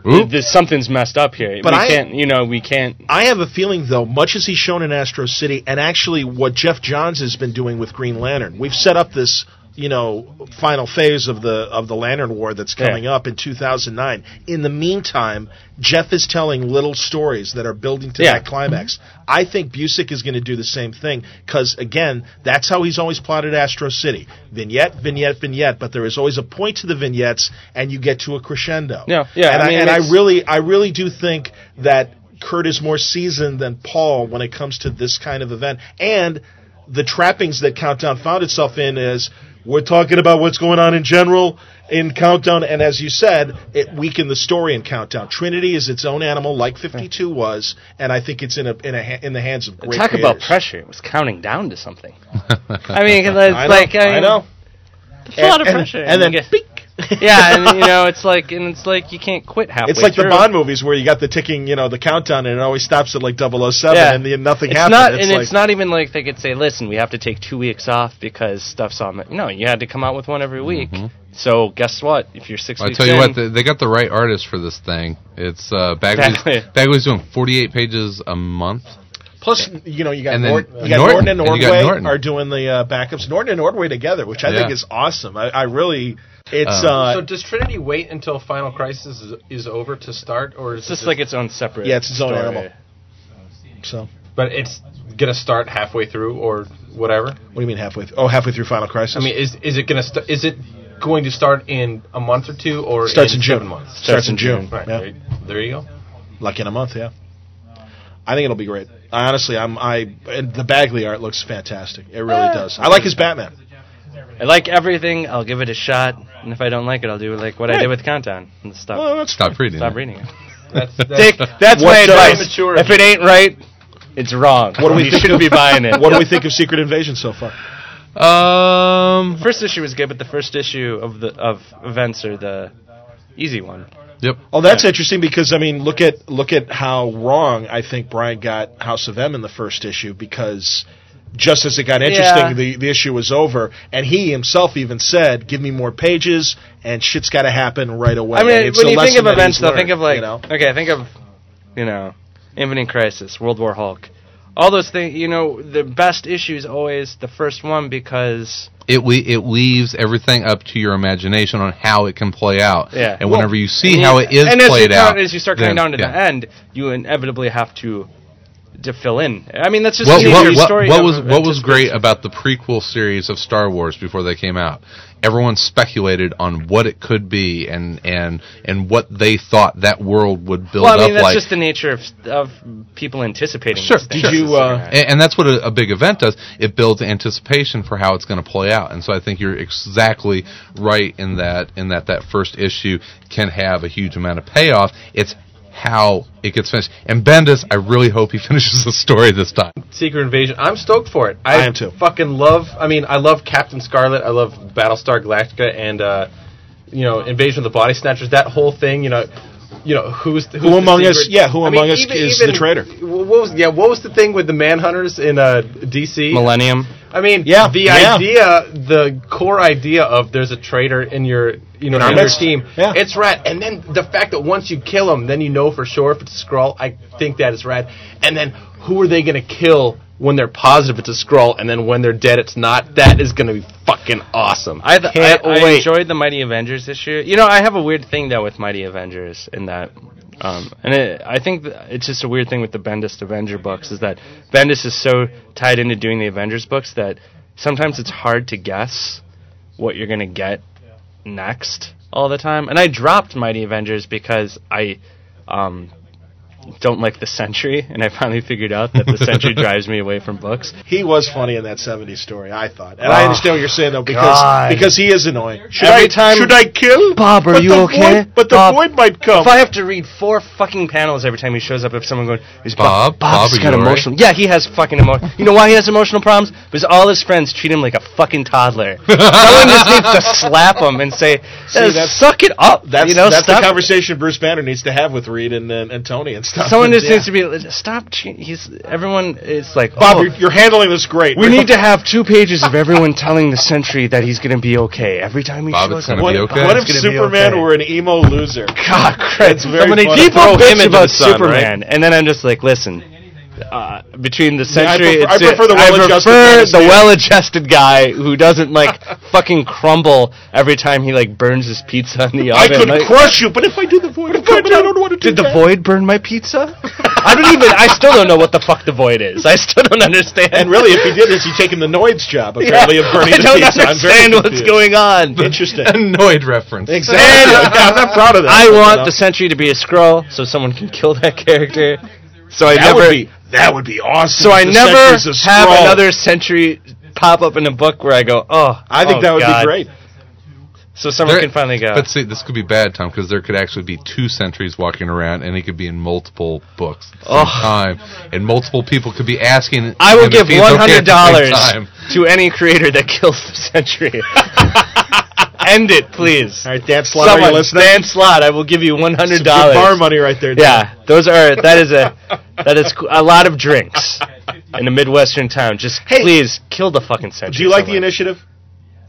Speaker 1: Oop.
Speaker 2: There's, something's messed up here.
Speaker 3: But
Speaker 2: we
Speaker 3: I-
Speaker 2: can't, you know, we can't.
Speaker 3: I have a feeling, though, much as he's shown in Astro City, and actually what Jeff Johns has been doing with Green Lantern, we've set up this, you know, final phase of the of the Lantern War that's
Speaker 2: Yeah.
Speaker 3: coming up in 2009. In the meantime, Jeff is telling little stories that are building to
Speaker 2: Yeah.
Speaker 3: that climax. I think Busick is going to do the same thing because, again, that's how he's always plotted Astro City: vignette, vignette, vignette. But there is always a point to the vignettes, and you get to a crescendo.
Speaker 2: Yeah, yeah,
Speaker 3: And
Speaker 2: I
Speaker 3: I,
Speaker 2: mean,
Speaker 3: and I
Speaker 2: it's-
Speaker 3: really, I really do think that Kurt is more seasoned than Paul when it comes to this kind of event, and the trappings that Countdown found itself in is we're talking about what's going on in general in Countdown, and as you said, it weakened the story in Countdown. Trinity is its own animal, like Fifty Two was, and I think it's in a in a ha- in the hands of great
Speaker 2: Talk about
Speaker 3: creators.
Speaker 2: pressure. It was counting down to
Speaker 3: *laughs*
Speaker 2: something. I mean, 'cause it's
Speaker 3: I know,
Speaker 2: like
Speaker 3: I know.
Speaker 2: It's a lot of
Speaker 3: And-
Speaker 2: pressure.
Speaker 3: and, then
Speaker 2: You get-
Speaker 3: beak.
Speaker 2: *laughs* yeah, and you know, it's like, and it's like you can't quit halfway.
Speaker 3: It's like
Speaker 2: through.
Speaker 3: the Bond movies where you got the ticking, you know, the countdown, and it always stops at like 007, and then nothing
Speaker 2: it's
Speaker 3: happens.
Speaker 2: Not, and it's not even like they could say, "Listen, we have to take two weeks off because stuff's on." The, no, you had to come out with one every week.
Speaker 3: Mm-hmm.
Speaker 2: So guess what? If you're six
Speaker 1: I
Speaker 2: weeks
Speaker 1: tell you
Speaker 2: in,
Speaker 1: what, they, they got the right artist for this thing. It's uh, Bagley's,
Speaker 2: Exactly.
Speaker 1: Bagley's doing 48 pages a month.
Speaker 3: Plus, you know, you got,
Speaker 1: And then
Speaker 3: Norton, you got
Speaker 1: Norton,
Speaker 3: Norton, and
Speaker 1: and you got
Speaker 3: Ordway
Speaker 1: Norton.
Speaker 3: are doing the uh, backups. Norton and Ordway together, which I think
Speaker 1: Yeah.
Speaker 3: is awesome. I, I really, it's
Speaker 1: Um,
Speaker 3: uh,
Speaker 4: so does Trinity wait until Final Crisis is, is over to start, or is
Speaker 2: it's
Speaker 4: it
Speaker 2: just like its own separate.
Speaker 3: Yeah, it's its own
Speaker 2: story.
Speaker 3: animal. so.
Speaker 4: But it's gonna start halfway through or whatever.
Speaker 3: What do you mean halfway? Th- oh, halfway through Final Crisis.
Speaker 4: I mean, is is it gonna st- is it going to start in a month or two, or
Speaker 3: Starts in June.
Speaker 4: seven months?
Speaker 3: Starts in June,
Speaker 4: Right.
Speaker 3: yeah.
Speaker 4: There,
Speaker 3: *laughs*
Speaker 4: there you go.
Speaker 3: like in a month, yeah. I think it'll be great. I, honestly, I'm I and the Bagley art looks fantastic. It really
Speaker 2: Eh.
Speaker 3: does. I like his Batman.
Speaker 2: I like everything. I'll give it a shot, and if I don't like it, I'll do like what I did with Countdown and stop.
Speaker 3: Oh, that's
Speaker 1: Stop reading.
Speaker 2: stop
Speaker 1: it.
Speaker 2: reading it.
Speaker 4: That's,
Speaker 2: Dick, that's
Speaker 3: What
Speaker 2: my
Speaker 3: does-
Speaker 2: advice. If it ain't right, it's wrong. What
Speaker 3: do we
Speaker 2: you
Speaker 3: think
Speaker 2: shouldn't be buying it?
Speaker 3: *laughs* what do we think of Secret Invasion so far?
Speaker 1: Um.
Speaker 2: *laughs* First issue was good, but the first issue of the of events are the easy one.
Speaker 1: Yep.
Speaker 3: Oh, that's interesting because I mean, look at look at how wrong I think Brian got House of M in the first issue because just as it got interesting,
Speaker 2: Yeah.
Speaker 3: the, the issue was over, and he himself even said, "Give me more pages, and shit's got to happen right away."
Speaker 2: I mean,
Speaker 3: And it's
Speaker 2: when
Speaker 3: a
Speaker 2: you think
Speaker 3: lesson
Speaker 2: of
Speaker 3: that
Speaker 2: events,
Speaker 3: he's
Speaker 2: though,
Speaker 3: learned,
Speaker 2: think of like *laughs*
Speaker 3: you know?
Speaker 2: okay, think of you know, Infinite Crisis, World War Hulk, all those things. You know, the best issue is always the first one because
Speaker 1: It we it leaves everything up to your imagination on how it can play out.
Speaker 2: Yeah.
Speaker 1: And
Speaker 2: Well,
Speaker 1: whenever you see how it is
Speaker 2: and as
Speaker 1: played
Speaker 2: you
Speaker 1: out,
Speaker 2: count- as you start coming
Speaker 1: then-
Speaker 2: down to
Speaker 1: yeah.
Speaker 2: the end, you inevitably have to to fill in. I mean, that's just
Speaker 1: What,
Speaker 2: the
Speaker 1: what,
Speaker 2: nature of
Speaker 1: what-
Speaker 2: story.
Speaker 1: what
Speaker 2: of
Speaker 1: was what was
Speaker 2: anticipation.
Speaker 1: great about the prequel series of Star Wars before they came out? Everyone speculated on what it could be and and and what they thought that world would build
Speaker 2: Well, I mean,
Speaker 1: up
Speaker 2: that's
Speaker 1: like.
Speaker 2: just the nature of of people anticipating.
Speaker 1: Sure,
Speaker 2: these things.
Speaker 1: sure. Did
Speaker 3: you, uh,
Speaker 1: A- and, that's what a, a big event does. It builds anticipation for how it's going to play out. And so I think you're exactly right in that in that that first issue can have a huge amount of payoff. It's how it gets finished. And Bendis, I really hope he *laughs* finishes the story this time.
Speaker 4: Secret Invasion. I'm stoked for it. I,
Speaker 3: I am too.
Speaker 4: Fucking love. I mean, I love Captain Scarlet. I love Battlestar Galactica and uh, you know Invasion of the Body Snatchers. That whole thing. You know, you know who's, who's
Speaker 3: Who
Speaker 4: the
Speaker 3: among us-
Speaker 4: secret-
Speaker 3: yeah, who among us is the traitor?
Speaker 4: wh- What was yeah? What was the thing with the Manhunters in uh, DC?
Speaker 2: Millennium.
Speaker 4: I I mean,
Speaker 7: Yeah,
Speaker 4: the
Speaker 7: yeah.
Speaker 4: idea, the core idea of there's a traitor in your, you know, in your
Speaker 7: That's-
Speaker 4: team.
Speaker 7: yeah.
Speaker 4: It's rad. And then the fact that once you kill him, then you know for sure if it's a scroll. I think that is rad. And then who are they going to kill when they're positive it's a scroll, and then when they're dead it's not? That is going to be fucking awesome.
Speaker 2: I, th- I,
Speaker 4: Can't
Speaker 2: I
Speaker 4: wait.
Speaker 2: enjoyed the Mighty Avengers this year. You know, I have a weird thing though with Mighty Avengers in that, um, and it, I think th- it's just a weird thing with the Bendis Avenger books is that Bendis is so tied into doing the Avengers books that sometimes it's hard to guess what you're gonna get next all the time. And I dropped Mighty Avengers because I um, don't like the Sentry, and I finally figured out that the
Speaker 4: *laughs*
Speaker 2: Sentry drives me away from books.
Speaker 3: He was funny in that '70s story, I thought, and I understand what you're saying though, because
Speaker 2: Ah, God.
Speaker 3: because he is annoying. Should
Speaker 2: Every
Speaker 3: I
Speaker 2: time-
Speaker 3: should I kill?
Speaker 2: Bob, are
Speaker 3: but
Speaker 2: you
Speaker 3: the
Speaker 2: okay?
Speaker 3: void- but the
Speaker 2: Bob.
Speaker 3: void might come.
Speaker 2: If I have to read four fucking panels every time he shows up, if someone going, is
Speaker 1: Bob?
Speaker 2: Bob,
Speaker 1: Bob,
Speaker 2: Bob's
Speaker 1: are
Speaker 2: got
Speaker 1: you all right?"
Speaker 2: emotional. Yeah, he has fucking emotional. You know why he has emotional problems? Because all his friends treat him like a fucking toddler. someone just needs to slap him and say, "Eh,
Speaker 3: that's-
Speaker 2: "Suck it up."
Speaker 3: That's
Speaker 2: you know,
Speaker 3: that's
Speaker 2: stop.
Speaker 3: the conversation Bruce Banner needs to have with Reed and, and, and Tony and stuff.
Speaker 2: Someone just
Speaker 3: Yeah.
Speaker 2: needs to be stop. che- He's everyone. It's like
Speaker 3: Bob,
Speaker 2: oh,
Speaker 3: you're, you're handling this great.
Speaker 2: We
Speaker 3: *laughs*
Speaker 2: need to have two pages of everyone telling the sentry that he's gonna be okay every time he
Speaker 1: Bob,
Speaker 2: shows
Speaker 1: it's
Speaker 2: up.
Speaker 1: gonna
Speaker 3: What,
Speaker 1: be okay.
Speaker 3: what if
Speaker 2: It's gonna be
Speaker 3: Superman
Speaker 2: okay.
Speaker 3: were an emo loser?
Speaker 2: God, Chris.
Speaker 3: It's very
Speaker 2: Somebody
Speaker 3: funny.
Speaker 2: people
Speaker 3: Throw him
Speaker 2: bitch
Speaker 3: into
Speaker 2: about
Speaker 3: the sun,
Speaker 2: Superman, and then I'm just like, listen. Uh, between the
Speaker 3: Yeah, I
Speaker 2: century,
Speaker 3: prefer- I
Speaker 2: it's-
Speaker 3: prefer the
Speaker 2: I
Speaker 3: well-adjusted
Speaker 2: prefer
Speaker 3: man to
Speaker 2: the
Speaker 3: Superman.
Speaker 2: well-adjusted guy who doesn't
Speaker 3: *laughs*
Speaker 2: like fucking crumble every time he like burns his pizza in the oven.
Speaker 3: I could
Speaker 2: Like,
Speaker 3: crush you, but if I do the void, come, I don't want to do
Speaker 2: Did the
Speaker 3: that.
Speaker 2: void burn my pizza? I don't even. I still don't know what the fuck the void is. I still don't understand.
Speaker 3: And really, if he did, is he
Speaker 2: *laughs*
Speaker 3: taking the Noid's job apparently of burning
Speaker 2: I
Speaker 3: the
Speaker 2: don't
Speaker 3: pizza? I'm very
Speaker 2: understand what's
Speaker 3: confused.
Speaker 2: going on.
Speaker 3: Interesting.
Speaker 1: Annoyed reference.
Speaker 3: Exactly. Yeah, *laughs* I'm not proud of that.
Speaker 2: I
Speaker 3: you
Speaker 2: want
Speaker 3: know?
Speaker 2: the sentry to be a scroll so someone can kill that character. So I
Speaker 3: That
Speaker 2: never.
Speaker 3: would be that would be awesome.
Speaker 2: So
Speaker 3: if
Speaker 2: I
Speaker 3: the
Speaker 2: never
Speaker 3: Sentry's a
Speaker 2: have
Speaker 3: Skrull.
Speaker 2: another century pop up in a book where I go, oh,
Speaker 3: I think
Speaker 2: oh,
Speaker 3: that would
Speaker 2: God.
Speaker 3: be great.
Speaker 2: So someone
Speaker 1: There-
Speaker 2: can finally go.
Speaker 1: But see, this could be bad, Tom, because there could actually be two sentries walking around, and it could be in multiple books at the same
Speaker 2: Ugh.
Speaker 1: time, and multiple people could be asking.
Speaker 2: I will
Speaker 1: him if
Speaker 2: give
Speaker 1: he's
Speaker 2: one
Speaker 1: okay
Speaker 2: hundred
Speaker 1: at the
Speaker 2: dollars
Speaker 1: same time.
Speaker 2: to any creator that kills the
Speaker 3: *laughs*
Speaker 2: century. End it, please.
Speaker 3: All right, Dan Slott, are
Speaker 2: Someone,
Speaker 3: you listening?
Speaker 2: Dan Slot, I will give you one
Speaker 3: Some
Speaker 2: hundred
Speaker 3: good
Speaker 2: dollars.
Speaker 3: bar money right there. Dan.
Speaker 2: Yeah, those are that is
Speaker 3: *laughs*
Speaker 2: a that is a lot of drinks in a midwestern town. Just please kill the fucking century.
Speaker 3: Do you like the
Speaker 2: somewhere.
Speaker 3: initiative?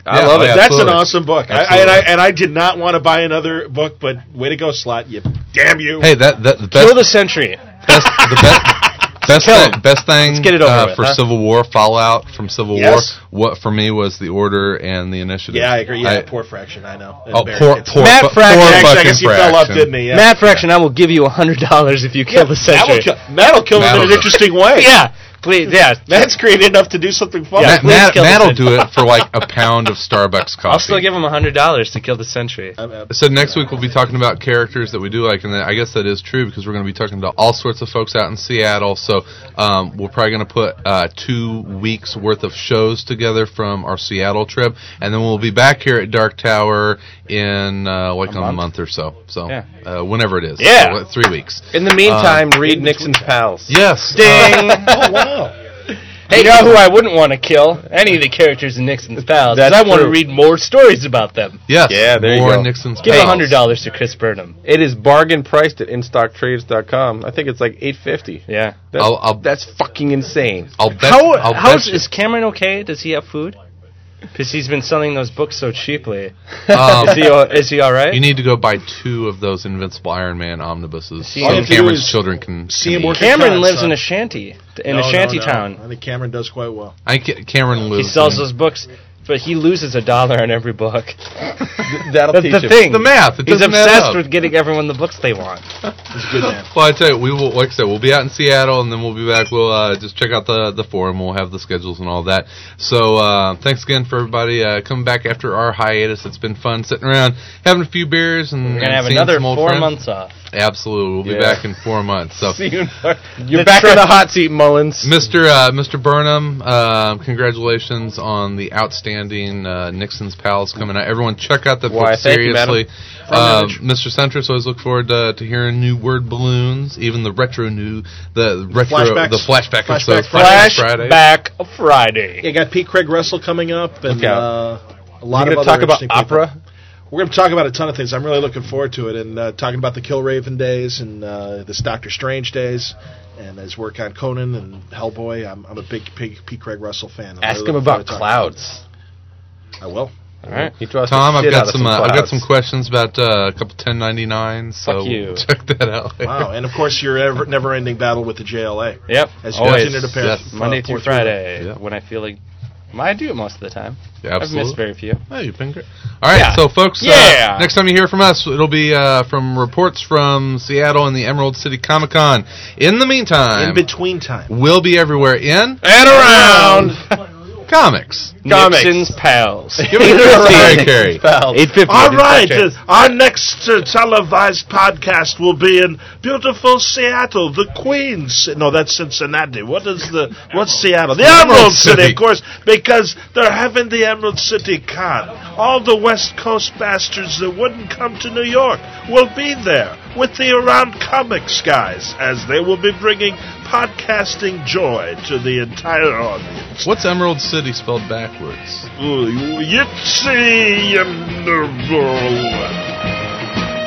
Speaker 1: Yeah,
Speaker 3: *laughs*
Speaker 2: I love
Speaker 1: oh,
Speaker 2: it.
Speaker 1: yeah,
Speaker 3: That's
Speaker 1: absolutely.
Speaker 3: an awesome book. I, and I
Speaker 1: Absolutely.
Speaker 3: and I did not want to buy another book, but way to go, Slot. You damn you.
Speaker 1: Hey, that that the best
Speaker 2: Kill the century.
Speaker 1: best
Speaker 2: *laughs*
Speaker 1: the best best
Speaker 2: Kill
Speaker 1: thing,
Speaker 2: him.
Speaker 1: best thing
Speaker 2: Let's get it over
Speaker 1: uh,
Speaker 2: with,
Speaker 1: for
Speaker 2: huh?
Speaker 1: Civil War fallout from Civil
Speaker 3: Yes.
Speaker 1: War. What for me was the Order and the Initiative.
Speaker 3: Yeah, I agree. Yeah,
Speaker 1: I-
Speaker 3: poor fraction. I know.
Speaker 1: Oh,
Speaker 3: Barrett
Speaker 1: poor,
Speaker 3: gets-
Speaker 1: poor,
Speaker 2: Matt
Speaker 1: fu-
Speaker 2: Fraction.
Speaker 1: poor
Speaker 3: Actually, I
Speaker 1: fucking
Speaker 3: guess he fell off,
Speaker 1: Fraction.
Speaker 3: didn't he? Yeah.
Speaker 2: Matt Fraction, I will give you hundred dollars if you kill the
Speaker 3: Matt will
Speaker 2: century.
Speaker 3: kill, Matt will kill
Speaker 1: Matt
Speaker 3: him in
Speaker 1: will-
Speaker 3: an interesting way.
Speaker 2: Yeah, please. Yeah,
Speaker 3: Matt's creative enough to do something fun.
Speaker 2: Yeah.
Speaker 1: Matt,
Speaker 2: please
Speaker 1: Matt,
Speaker 2: kill the
Speaker 1: Matt'll
Speaker 2: Cid.
Speaker 1: do it for like a pound of
Speaker 3: *laughs*
Speaker 1: Starbucks coffee.
Speaker 2: I'll still give him hundred dollars to kill the century.
Speaker 3: I'm- I'm-
Speaker 1: So next week we'll be talking about characters that we do like, and that, I guess that is true because we're going to be talking to all sorts of folks out in Seattle. So um, we're probably going to put uh, two weeks worth of shows together from our Seattle trip, and then we'll be back here at Dark Tower in uh, like a, month? or so. So
Speaker 2: Yeah.
Speaker 1: uh, whenever it is,
Speaker 2: Yeah.
Speaker 1: So, what, three weeks.
Speaker 4: Uh, In the meantime, read Nixon's pals.
Speaker 1: Yes, *laughs* uh,
Speaker 2: Ding.
Speaker 3: oh wow.
Speaker 2: *laughs* hey, you know who I wouldn't want to kill? Any of the characters in Nixon's Pals. 'cause
Speaker 4: That's
Speaker 2: I want to
Speaker 4: true.
Speaker 2: read more stories about them.
Speaker 1: yes.
Speaker 4: Yeah, there you
Speaker 1: More
Speaker 4: go.
Speaker 1: Nixon's
Speaker 2: Give
Speaker 1: Pals.
Speaker 2: hundred dollars to Chris Burnham.
Speaker 4: It is bargain priced at instocktrades.com. I think it's like 850.
Speaker 2: Yeah.
Speaker 4: That's,
Speaker 1: I'll- I'll-
Speaker 4: that's fucking insane.
Speaker 1: I'll bet.
Speaker 2: How
Speaker 1: I'll
Speaker 2: how
Speaker 1: bet
Speaker 2: is, is Cameron okay? Does he have food? Because he's been selling those books so cheaply.
Speaker 1: um,
Speaker 2: Is he al- is he all right?
Speaker 1: You need to go buy two of those Invincible Iron Man omnibuses.
Speaker 2: See, all
Speaker 1: So
Speaker 2: you have to do
Speaker 1: Cameron's
Speaker 3: is
Speaker 1: children can
Speaker 3: see
Speaker 1: can
Speaker 3: him
Speaker 1: eat.
Speaker 3: working.
Speaker 2: Cameron
Speaker 3: Con,
Speaker 2: lives
Speaker 3: son.
Speaker 2: in a shanty in a
Speaker 3: No, no,
Speaker 2: shanty
Speaker 3: no.
Speaker 2: town.
Speaker 3: I think Cameron does quite well.
Speaker 1: I ca- Cameron
Speaker 2: He
Speaker 1: lives.
Speaker 2: sells
Speaker 1: in-
Speaker 2: those books, but he loses a dollar on every book.
Speaker 3: *laughs*
Speaker 4: That'll
Speaker 2: That's
Speaker 4: teach
Speaker 2: the *laughs*
Speaker 4: him.
Speaker 2: thing.
Speaker 1: The math. It
Speaker 2: He's
Speaker 1: doesn't add
Speaker 2: obsessed
Speaker 1: up.
Speaker 2: with getting everyone the books they want.
Speaker 1: Well, I tell you, we will. Like I said, we'll be out in Seattle, and then we'll be back. We'll uh, just check out the the forum. We'll have the schedules and all that. So uh, thanks again for everybody uh, coming back after our hiatus. It's been fun sitting around, having a few beers, and
Speaker 2: We're gonna have
Speaker 1: and seeing
Speaker 2: another
Speaker 1: some old
Speaker 2: four
Speaker 1: friends.
Speaker 2: months off.
Speaker 1: Absolutely, we'll be
Speaker 4: Yeah.
Speaker 1: back in four months. So.
Speaker 4: You're back in the hot seat, Mullins.
Speaker 1: Mr. Uh, Mr. Burnham, uh, congratulations on the outstanding uh, Nixon's Pals coming out. Everyone, check out that
Speaker 4: Why,
Speaker 1: book
Speaker 4: thank you,
Speaker 1: seriously.
Speaker 3: Fun
Speaker 1: Um, Mr. Centris, always look forward to, to hearing new word balloons, even the retro new, the retro,
Speaker 3: Flashbacks.
Speaker 1: the flashback, episode.
Speaker 3: Flashback
Speaker 1: Friday, Friday.
Speaker 2: Flashback Friday.
Speaker 3: You got Pete Craig Russell coming up, and
Speaker 4: Look out.
Speaker 3: uh, a
Speaker 4: We're
Speaker 3: lot
Speaker 4: going
Speaker 3: of other
Speaker 4: to talk about
Speaker 3: interesting people.
Speaker 4: opera.
Speaker 3: We're going to talk about a ton of things. I'm really looking forward to it and uh, talking about the Killraven days and uh, this Doctor Strange days and his work on Conan and Hellboy. I'm, I'm a big, big P. Craig Russell fan. I'm
Speaker 8: Ask
Speaker 3: really
Speaker 8: him
Speaker 3: looking forward
Speaker 8: about
Speaker 3: to talking
Speaker 8: clouds.
Speaker 3: about it. I will.
Speaker 8: All right, he draws the
Speaker 1: Tom, I've
Speaker 8: shit out
Speaker 1: got
Speaker 8: of
Speaker 1: some. Uh, I've got
Speaker 8: clouds.
Speaker 1: some questions about uh, a couple 1099s. So
Speaker 2: Fuck you.
Speaker 1: *laughs* check that out. later.
Speaker 3: Wow. And of course, your ever, never-ending battle with the JLA.
Speaker 2: Yep.
Speaker 3: As you
Speaker 2: always.
Speaker 3: mentioned, it appears
Speaker 1: yes.
Speaker 3: uh,
Speaker 2: Monday
Speaker 3: four
Speaker 2: through Friday
Speaker 1: Yeah.
Speaker 2: when I feel like. Well, I do it most of the time.
Speaker 1: Yeah, absolutely.
Speaker 2: I've missed very few.
Speaker 1: Oh, you've been great. All right,
Speaker 2: Yeah.
Speaker 1: so folks,
Speaker 2: Yeah.
Speaker 1: uh, next time you hear from us, it'll be uh, from reports from Seattle and the Emerald City Comic Con. In the meantime,
Speaker 3: In between time.
Speaker 1: we'll be everywhere in
Speaker 2: And around
Speaker 1: comics.
Speaker 8: Comics.
Speaker 2: *laughs* Nixon's pals.
Speaker 1: Give
Speaker 2: *laughs*
Speaker 1: it a Sorry, Carrie.
Speaker 8: Well,
Speaker 2: Eight fifty.
Speaker 3: All right, uh, our next uh, televised podcast will be in beautiful Seattle, the Queens. No, that's Cincinnati. What is *laughs* the what's Seattle? The Emerald City,
Speaker 1: City.
Speaker 3: of course, because they're having the Emerald City Con. All the West Coast bastards that wouldn't come to New York will be there with the Around Comics guys, as they will be bringing podcasting joy to the entire audience.
Speaker 1: What's Emerald City spelled backwards?
Speaker 3: Ooh, Yitzi and the world.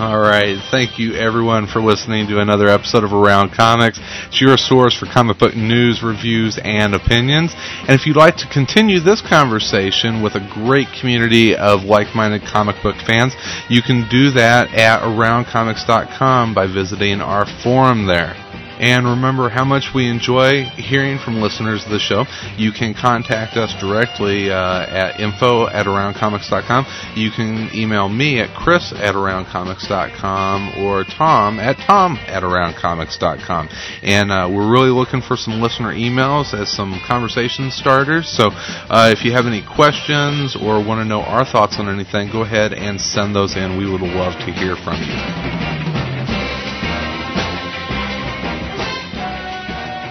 Speaker 1: All right. Thank you, everyone, for listening to another episode of Around Comics. It's your source for comic book news, reviews, and opinions. And if you'd like to continue this conversation with a great community of like minded comic book fans, you can do that at aroundcomics.com by visiting our forum there. And remember how much we enjoy hearing from listeners of the show. You can contact us directly uh, at info at aroundcomics.com. You can email me at chris at aroundcomics.com or tom at tom at aroundcomics.com. And uh, we're really looking for some listener emails as some conversation starters. So uh, if you have any questions or want to know our thoughts on anything, go ahead and send those in. We would love to hear from you.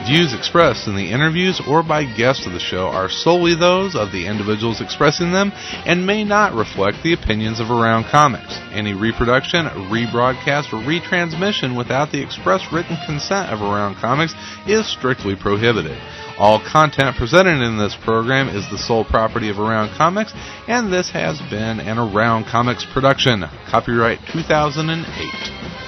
Speaker 1: Views expressed in the interviews or by guests of the show are solely those of the individuals expressing them and may not reflect the opinions of Around Comics. Any reproduction, rebroadcast, or retransmission without the express written consent of Around Comics is strictly prohibited. All content presented in this program is the sole property of Around Comics, and this has been an Around Comics production. Copyright 2008.